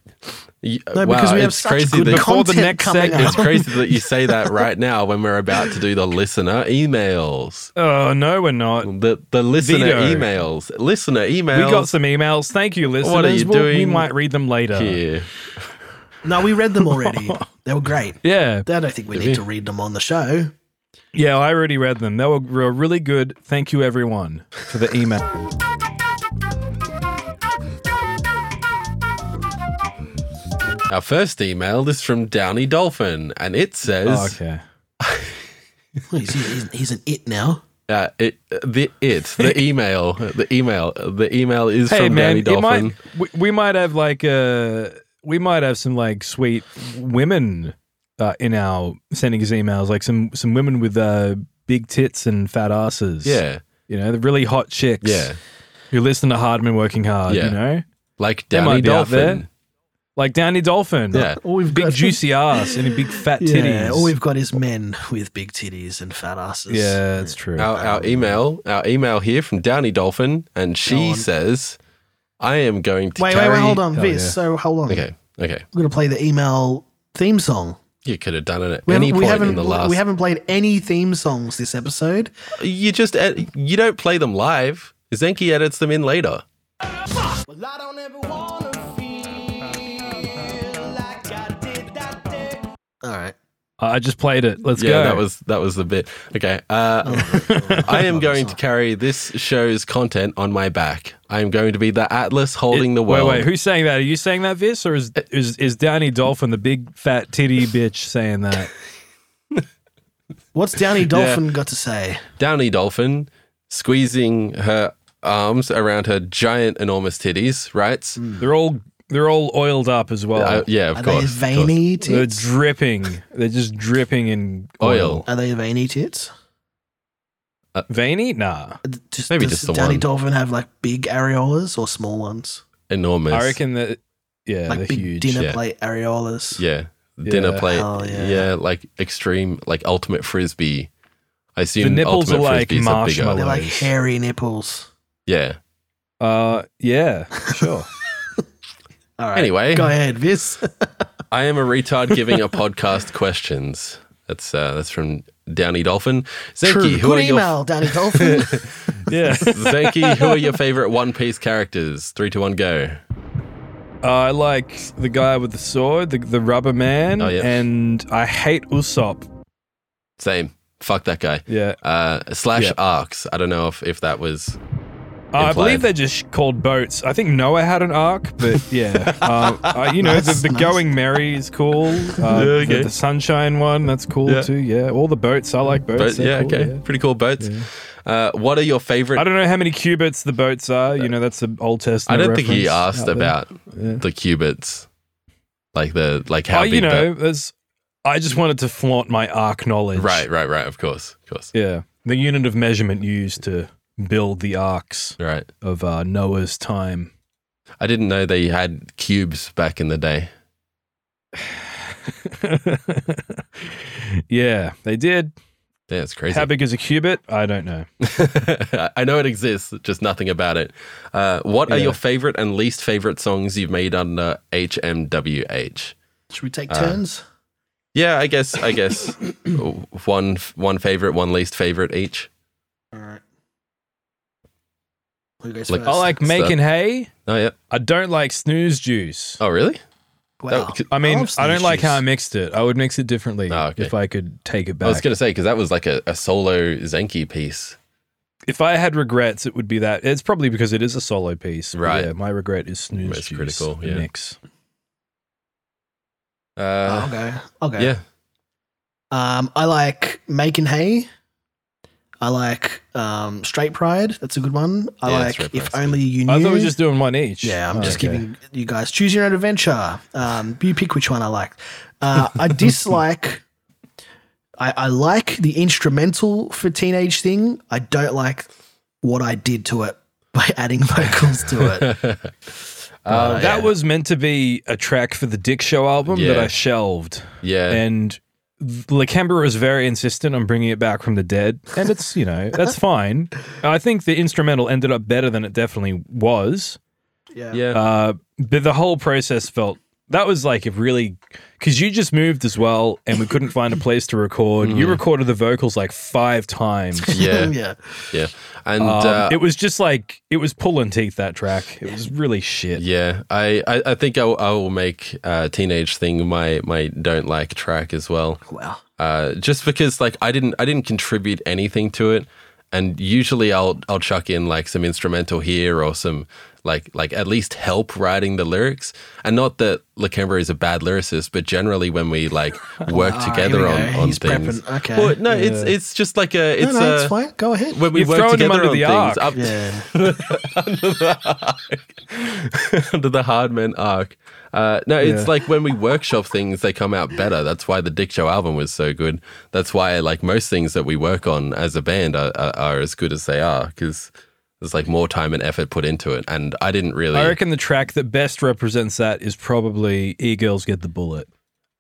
Y-
no,
wow,
because we have
it's
such
crazy
good
that
Before the
content
next
coming
segment,
it's
out.
crazy that you say that right now when we're about to do the listener emails.
Oh, no, we're not.
The the listener
Vito.
emails. Listener emails.
We got some emails. Thank you, listeners.
What are you
We'll- We
doing
might read them later.
here.
No, we read them already. they were great.
Yeah.
I don't think we need to read them on the show.
Yeah, I already read them. They were were really good. Thank you, everyone, for the email.
Our first email is from Downey Dolphin, and it says
Oh, okay.
Well, he's, he's, he's an it now.
uh, it, the it the email the email the email is
Hey,
from
man,
Downey
it
Dolphin.
might, we, we might have like uh we might have some like sweet women uh, in our sending us emails, like some some women with uh, big tits and fat asses.
Yeah,
you know, the really hot chicks.
yeah,
who listen to Hardman working hard.
Yeah.
You know,
like
They
Downey
might be out there.
Dolphin.
like Downey Dolphin.
Yeah.
All we've
big
got-
juicy ass and big fat titties.
Yeah, all we've got is men with big titties and fat asses.
yeah, that's true.
Our, our email, our email here from Downey Dolphin, and she says, "I am going to
Wait, wait,
carry."
wait, hold on,
Oh,
Viz.
yeah.
So hold on.
Okay, okay,
We're gonna play the email theme song.
you could have done it at
We
any
haven't, we
point
haven't
in the last.
we haven't played any theme songs this episode.
you just ed- you don't play them live. Zenki edits them in later.
Well, I don't ever wanna feel like I did that day.
All right.
I I just played it. Let's
yeah,
go.
that was that was the bit. Okay,
Oh
uh, I am going to carry this show's content on my back. I am going to be the atlas holding the world.
Wait, wait, who's saying that? Are you saying that, Vis, or is is is Downey Dolphin the big fat titty bitch saying that?
What's Downey Dolphin got to say?
Downey Dolphin squeezing her arms around her giant, enormous titties. Right?
They're all they're all oiled up as well.
Uh, yeah, of
Hmm. Are
course. of
they
course.
veiny
they're
tits?
dripping. They're just dripping in oil.
Oil.
Are they veiny tits?
Veiny? Nah.
Uh, Just,
Maybe
does
just the
Downey
one.
Dolphin have like big areolas or small ones?
Enormous.
I reckon that. Yeah,
like
they're
big
huge.
dinner
yeah.
plate areolas.
Yeah. Dinner
Yeah.
plate.
Hell yeah.
yeah. like extreme, like ultimate frisbee. I assume
The nipples
ultimate
are like
Frisbees are bigger.
marshmallow.
They're like
Nice.
hairy nipples.
Yeah.
Uh, yeah, sure.
All right.
Anyway,
Go ahead, Viz.
I am a retard giving a podcast questions. That's uh, that's from Downey Dolphin. Zenki, who
Good
are your
email, Danny Dolphin.
yeah.
Zenki, who are your favorite One Piece characters? Three to one go.
Uh, I like the guy with the sword, the, the rubber man,
Oh, yeah.
and I hate Usopp.
Same. Fuck that guy.
Yeah.
Uh, slash
Yeah.
arcs. I don't know if, if that was
Uh, I
implied.
believe they're just called boats. I think Noah had an arc, but yeah, um, uh, you know
Nice,
the, the
nice.
Going Merry is cool. Uh, the,
okay.
the Sunshine one that's cool
Yeah.
too. Yeah, all the boats. I like boats.
boat.
they're
Yeah,
cool,
okay.
yeah.
Pretty cool boats. Uh, what are your favorite?
I don't know how many cubits the boats are. You know, that's an Old
I
Testament.
don't think he
reference out
asked
there.
about
Yeah.
the qubits, like the like how
Oh,
big.
you know,
that-
there's- I just wanted to flaunt my arc knowledge.
right, right, right. Of course, of course.
Yeah. The unit of measurement used to build the arcs
Right.
of uh, Noah's time.
I didn't know they had cubes back in the day.
yeah, they did.
Yeah, it's crazy.
How big is a cubit? I don't know.
I know it exists, just nothing about it. Uh, what are
Yeah.
your favorite and least favorite songs you've made under HMWH?
Should we take turns?
Yeah, I guess. I guess one one favorite, one least favorite each.
All right. Who goes
Like-
first?
I like
Stuff.
making hay.
Oh yeah.
I don't like snooze juice.
Oh really?
wow.
that-
I mean,
love
I, don't
snooze
like how
juice.
I mixed it. I would mix it differently
Oh, okay.
if I could take it back.
I was gonna say because that was like a, a solo Zenki piece.
if I had regrets, it would be that. It's probably because it is a solo piece. but
Right.
Yeah, my regret is snooze
Most
juice.
critical,
the
yeah.
Mix.
Uh,
I'll go. I'll
Oh,
go.
yeah.
Um, I like Making Hay. I like um, Straight Pride. That's a good one. I
Yeah,
like
Straight
If
Pride's
Only You Knew.
I thought we were just doing one each.
yeah, I'm
Oh,
just
okay.
giving you guys choose your own adventure. Um, you pick which one I like. Uh, I dislike. I, I like the instrumental for Teenage Thing. I don't like what I did to it by adding vocals to it.
Uh, that was meant to be a track for the Dick Show album that
Yeah.
I shelved.
Yeah.
And Lacambra is very insistent on bringing it back from the dead. And it's, you know, that's fine. I think the instrumental ended up better than it definitely was.
Yeah.
yeah.
Uh, but the whole process felt that was like a really because you just moved as well and we couldn't find a place to record.
Mm-hmm.
You recorded the vocals like five times.
yeah.
yeah.
Yeah. And
Um,
uh,
it was just like it was pulling teeth that track. It was really shit.
yeah, I, I, I think I will, I will make uh, Teenage Thing my, my don't like track as well.
Wow.
uh, just because like I didn't I didn't contribute anything to it, and usually I'll I'll chuck in like some instrumental here or some like like at least help writing the lyrics, and not that Lacambra is a bad lyricist, but generally when we like work
Ah, here
together
we
on
go.
on
He's
things.
prepping. Okay.
Well, no, it's it's just like a
no,
it's uh,
no,
a.
it's fine. Go ahead.
When we
You're
work
throwing him under
together on
the
things,
arc.
up
yeah.
under the Hardman arc, uh, no, it's
Yeah.
like when we workshop things, they come out better. That's why the Dick Show album was so good. That's why like most things that we work on as a band are, are, are as good as they are because there's like more time and effort put into it. And I didn't really,
I reckon the track that best represents that is probably E Girls Get the Bullet.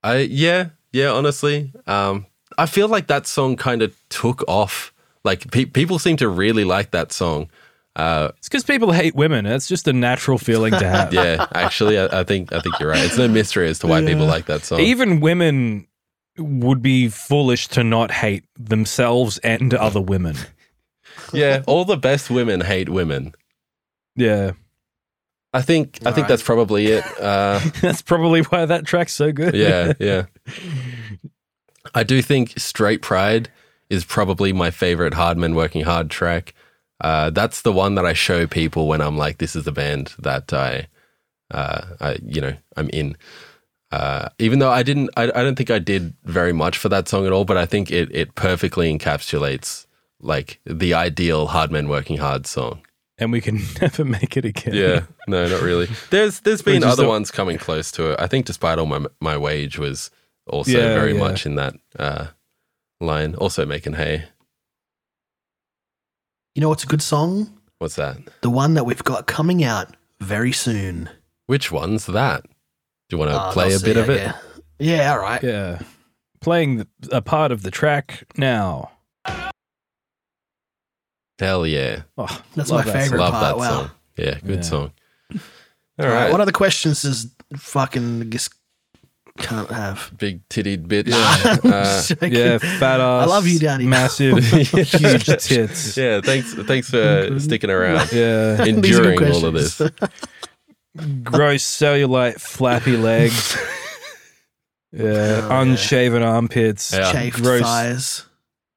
I yeah, yeah. Honestly, um, I feel like that song kind of took off. Like pe- people seem to really like that song. Uh,
It's because people hate women. It's just a natural feeling to have.
yeah, actually, I, I think I think you're right. It's no mystery as to why people like that song.
Even women would be foolish to not hate themselves and other women.
yeah, all the best women hate women.
Yeah.
I think I think
Right.
that's probably it. Uh,
That's probably why that track's so good.
yeah, yeah. I do think Straight Pride is probably my favorite Hardman Working Hard track. Uh, that's the one that I show people when I'm like, this is the band that I, uh, I you know, I'm in. Uh, even though I didn't, I, I don't think I did very much for that song at all, but I think it it perfectly encapsulates like the ideal Hardman Working Hard song.
And we can never make it again.
Yeah, no, not really. There's there's been
just
other
a-
ones coming close to it. I think, despite all my my wage was also
Yeah,
very
yeah.
much in that uh, line. Also making hay.
You know what's a good song?
What's that?
The one that we've got coming out very soon.
Which one's that? Do you want to
Uh,
play
they'll
a bit
see,
of
I
it?
guess. Yeah, all right.
Yeah. Playing the, a part of the track now.
Hell yeah,
Oh,
That's
love
my
that
favorite
love
part.
that
wow.
song. Yeah, good
Yeah.
song.
All
All
right.
right,
What other questions does fucking just can't have?
big titted bitch.
I'm
Uh,
just joking.
Yeah, fat ass.
love you, Danny.
Massive, huge tits.
yeah, thanks thanks for sticking around,
Yeah.
These are
enduring
good
all of
questions.
this.
Gross cellulite, flappy legs. Yeah, unshaven armpits.
Yeah.
Chafed
Gross.
thighs.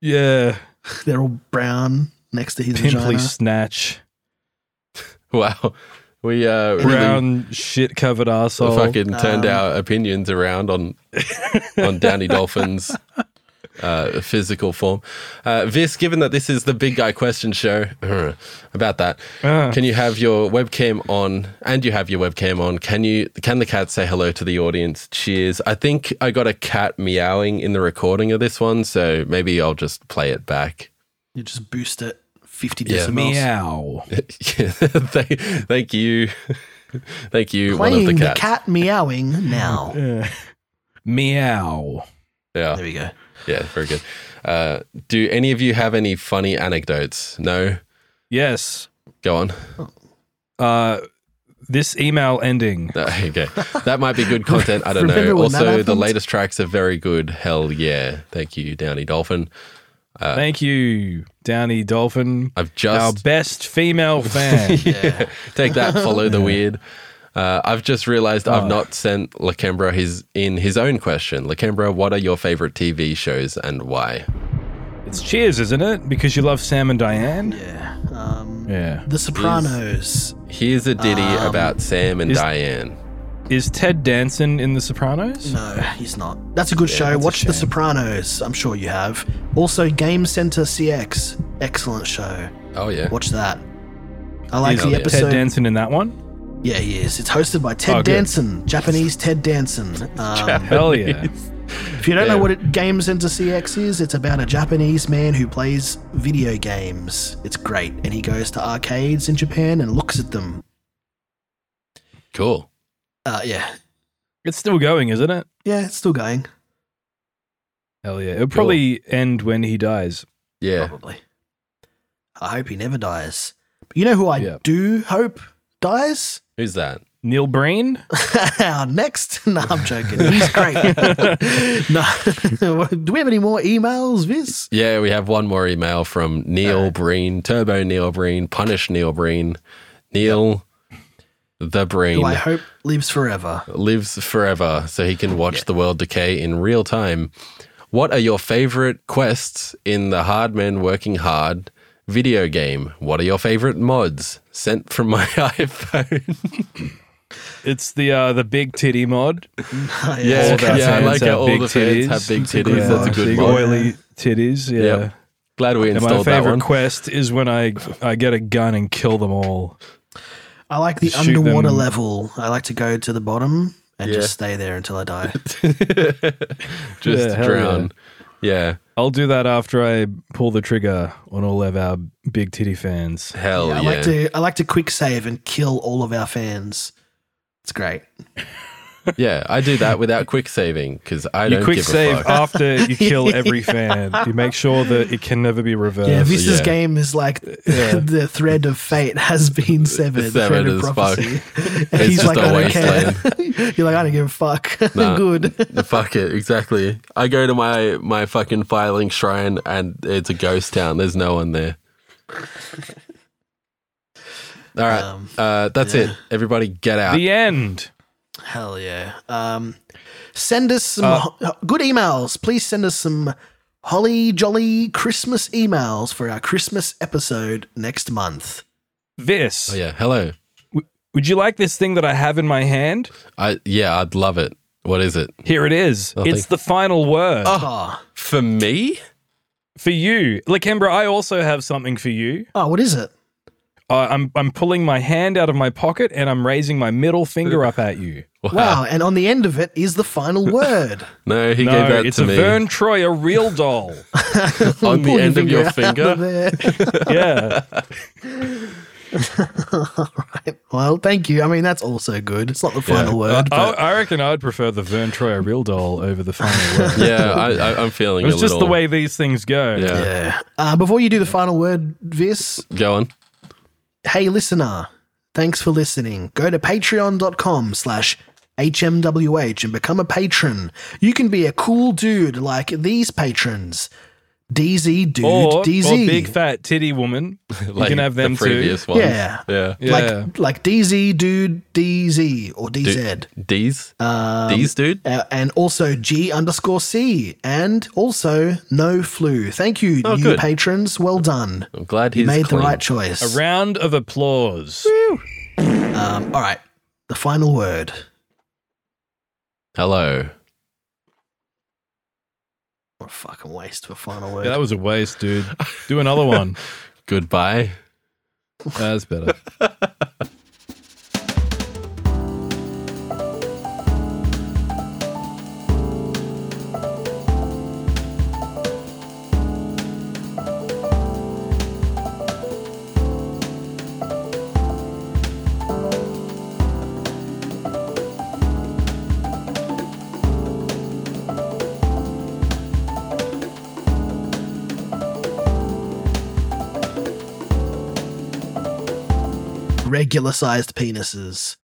Yeah,
They're all brown next to his
pimply
vagina.
snatch,
Wow, we uh, really
brown shit covered asshole.
fucking turned
um,
our opinions around on on Downey Dolphins. Uh, physical form. Uh, Vis, given that this is the big guy question show about that,
Ah.
can you have your webcam on and you have your webcam on? Can you, can the cat say hello to the audience? Cheers. I think I got a cat meowing in the recording of this one, so maybe I'll just play it back.
You just boost it 50
Yeah.
decibels.
meow.
Yeah, thank, thank you. thank you,
Playing
one of the
the
cats.
cat meowing now.
Meow.
yeah.
There we go.
Yeah, very good. Uh, do any of you have any funny anecdotes? No?
Yes.
Go on.
Uh, this email ending.
No, okay. That might be good content. I don't
Remember
know.
when that
Also, the
happened?
latest tracks are very good. Hell yeah. Thank you, Downey Dolphin.
Thank you, Downey Dolphin,
I've
our
just.
best female fan.
Take that, follow the weird. Uh, I've just realized I've not sent Lacambra his in his own question. Lacambra, what are your favorite TV shows and why?
it's Cheers, isn't it? Because you love Sam and Diane.
Yeah. Um,
Yeah.
the Sopranos. Um,
Here's a ditty about Sam and Diane.
Is Ted Danson in The Sopranos?
No, he's not. That's a good show.
that's a
Watch The
shame.
Sopranos. I'm sure you have. Also, Game Center CX. Excellent show.
Oh yeah.
Watch that. I like
is
Oh,
the
yeah.
Ted
episode.
Danson in that one?
yeah, he is. It's hosted by Ted
Oh, good.
Danson, Japanese Ted Danson. Um,
Hell yeah.
if you don't know
Yeah.
what it, Game Center CX is, it's about a Japanese man who plays video games. It's great. And he goes to arcades in Japan and looks at them.
Cool.
Uh, yeah.
It's still going, isn't it?
Yeah, it's still going.
Hell yeah. It'll probably end when he dies.
Yeah.
Probably. I hope he never dies. But you know who I
Yeah.
do hope dies?
Who's that?
Neil Breen?
Our next? No, I'm joking. He's great. no. do we have any more emails, Viz?
Yeah, we have one more email from Neil Breen, Turbo Neil Breen, Punish Neil Breen, Neil the Breen
Who I hope lives forever.
lives forever so he can watch the world decay in real time. What are your favorite quests in the Hard Men Working Hard video game? What are your favorite mods sent from my iPhone?
It's the uh, the big titty mod.
Yeah,
All the
yeah, I
fans
like
have
how all
big
the fans
titties.
have big
a good
titties. That's a
mod.
good
Big
mod.
oily titties. Yeah.
Yep. Glad we
And my
installed that
favorite
one.
quest is when I I get a gun and kill them all.
I like the
Shoot
underwater
them.
level. I like to go to the bottom and
Yeah.
just stay there until I die.
Just
Yeah, hell
drown. Yeah.
I'll do that after I pull the trigger on all of our big titty fans.
Hell
I
yeah.
like to I like to quick save and kill all of our fans. It's great.
Yeah, I do that without quick saving because I
you
don't
quick
give
save
a fuck.
after you kill every fan. You make sure that it can never be reversed.
Yeah, this
Uh, yeah.
game is like
Yeah.
the thread of fate has been severed. the
Severed
thread of
as fuck.
prophecy. And
It's
he's
just
like,
a
I don't care.
wasteland.
You're like, I don't give a fuck.
Nah.
Good.
Fuck it, exactly. I go to my my fucking filing shrine and it's a ghost town. There's no one there. All right,
Um,
uh, that's it. Everybody, get out.
The end.
Hell yeah. Um, send us
Uh,
some ho- good emails. Please send us some holly jolly Christmas emails for our Christmas episode next month.
This.
oh yeah, hello.
Would you like this thing that I have in my hand?
I yeah, I'd love it. What is it
Here it is.
Oh,
it's
thank-
the final word
Oh.
Oh,
for me?
for you, Lakembra. I also have something for you.
oh what is it?
Uh, I'm I'm pulling my hand out of my pocket and I'm raising my middle finger up at you.
Wow. And on the end of it is the final word.
No, he gave
No,
that
it's
to
a
me
Vern Troy, a real doll.
on the
Pull
end of your
out
finger.
of there.
yeah,
Well, thank you. I mean, that's also good. It's not the final
Uh,
word,
I,
oh.
but
I reckon I'd prefer the Vern Troy, a real doll, over the final word.
yeah, I, I, I'm feeling
It was
a
just
little.
the way these things go.
Yeah.
yeah. Uh, before you do the final word, Vis,
Go on.
hey listener, thanks for listening. Go to patreon.com slash HMWH and become a patron. You can be a cool dude like these patrons. DZ dude,
Or, or
DZ.
big fat titty woman. you can have them
the previous
too.
one.
Yeah.
Yeah.
Yeah.
Like like DZ dude, DZ or DZ.
These? These, dude?
Uh, and also G underscore C, and also no flu. Thank you,
Oh,
new
good.
patrons. Well done.
I'm glad he's
You made
clean.
the right choice.
A round of applause.
Um, all right, the final word.
Hello.
What a fucking waste for final word.
Yeah, that was a waste, dude. Do another one.
Goodbye.
That's better.
Regular sized penises.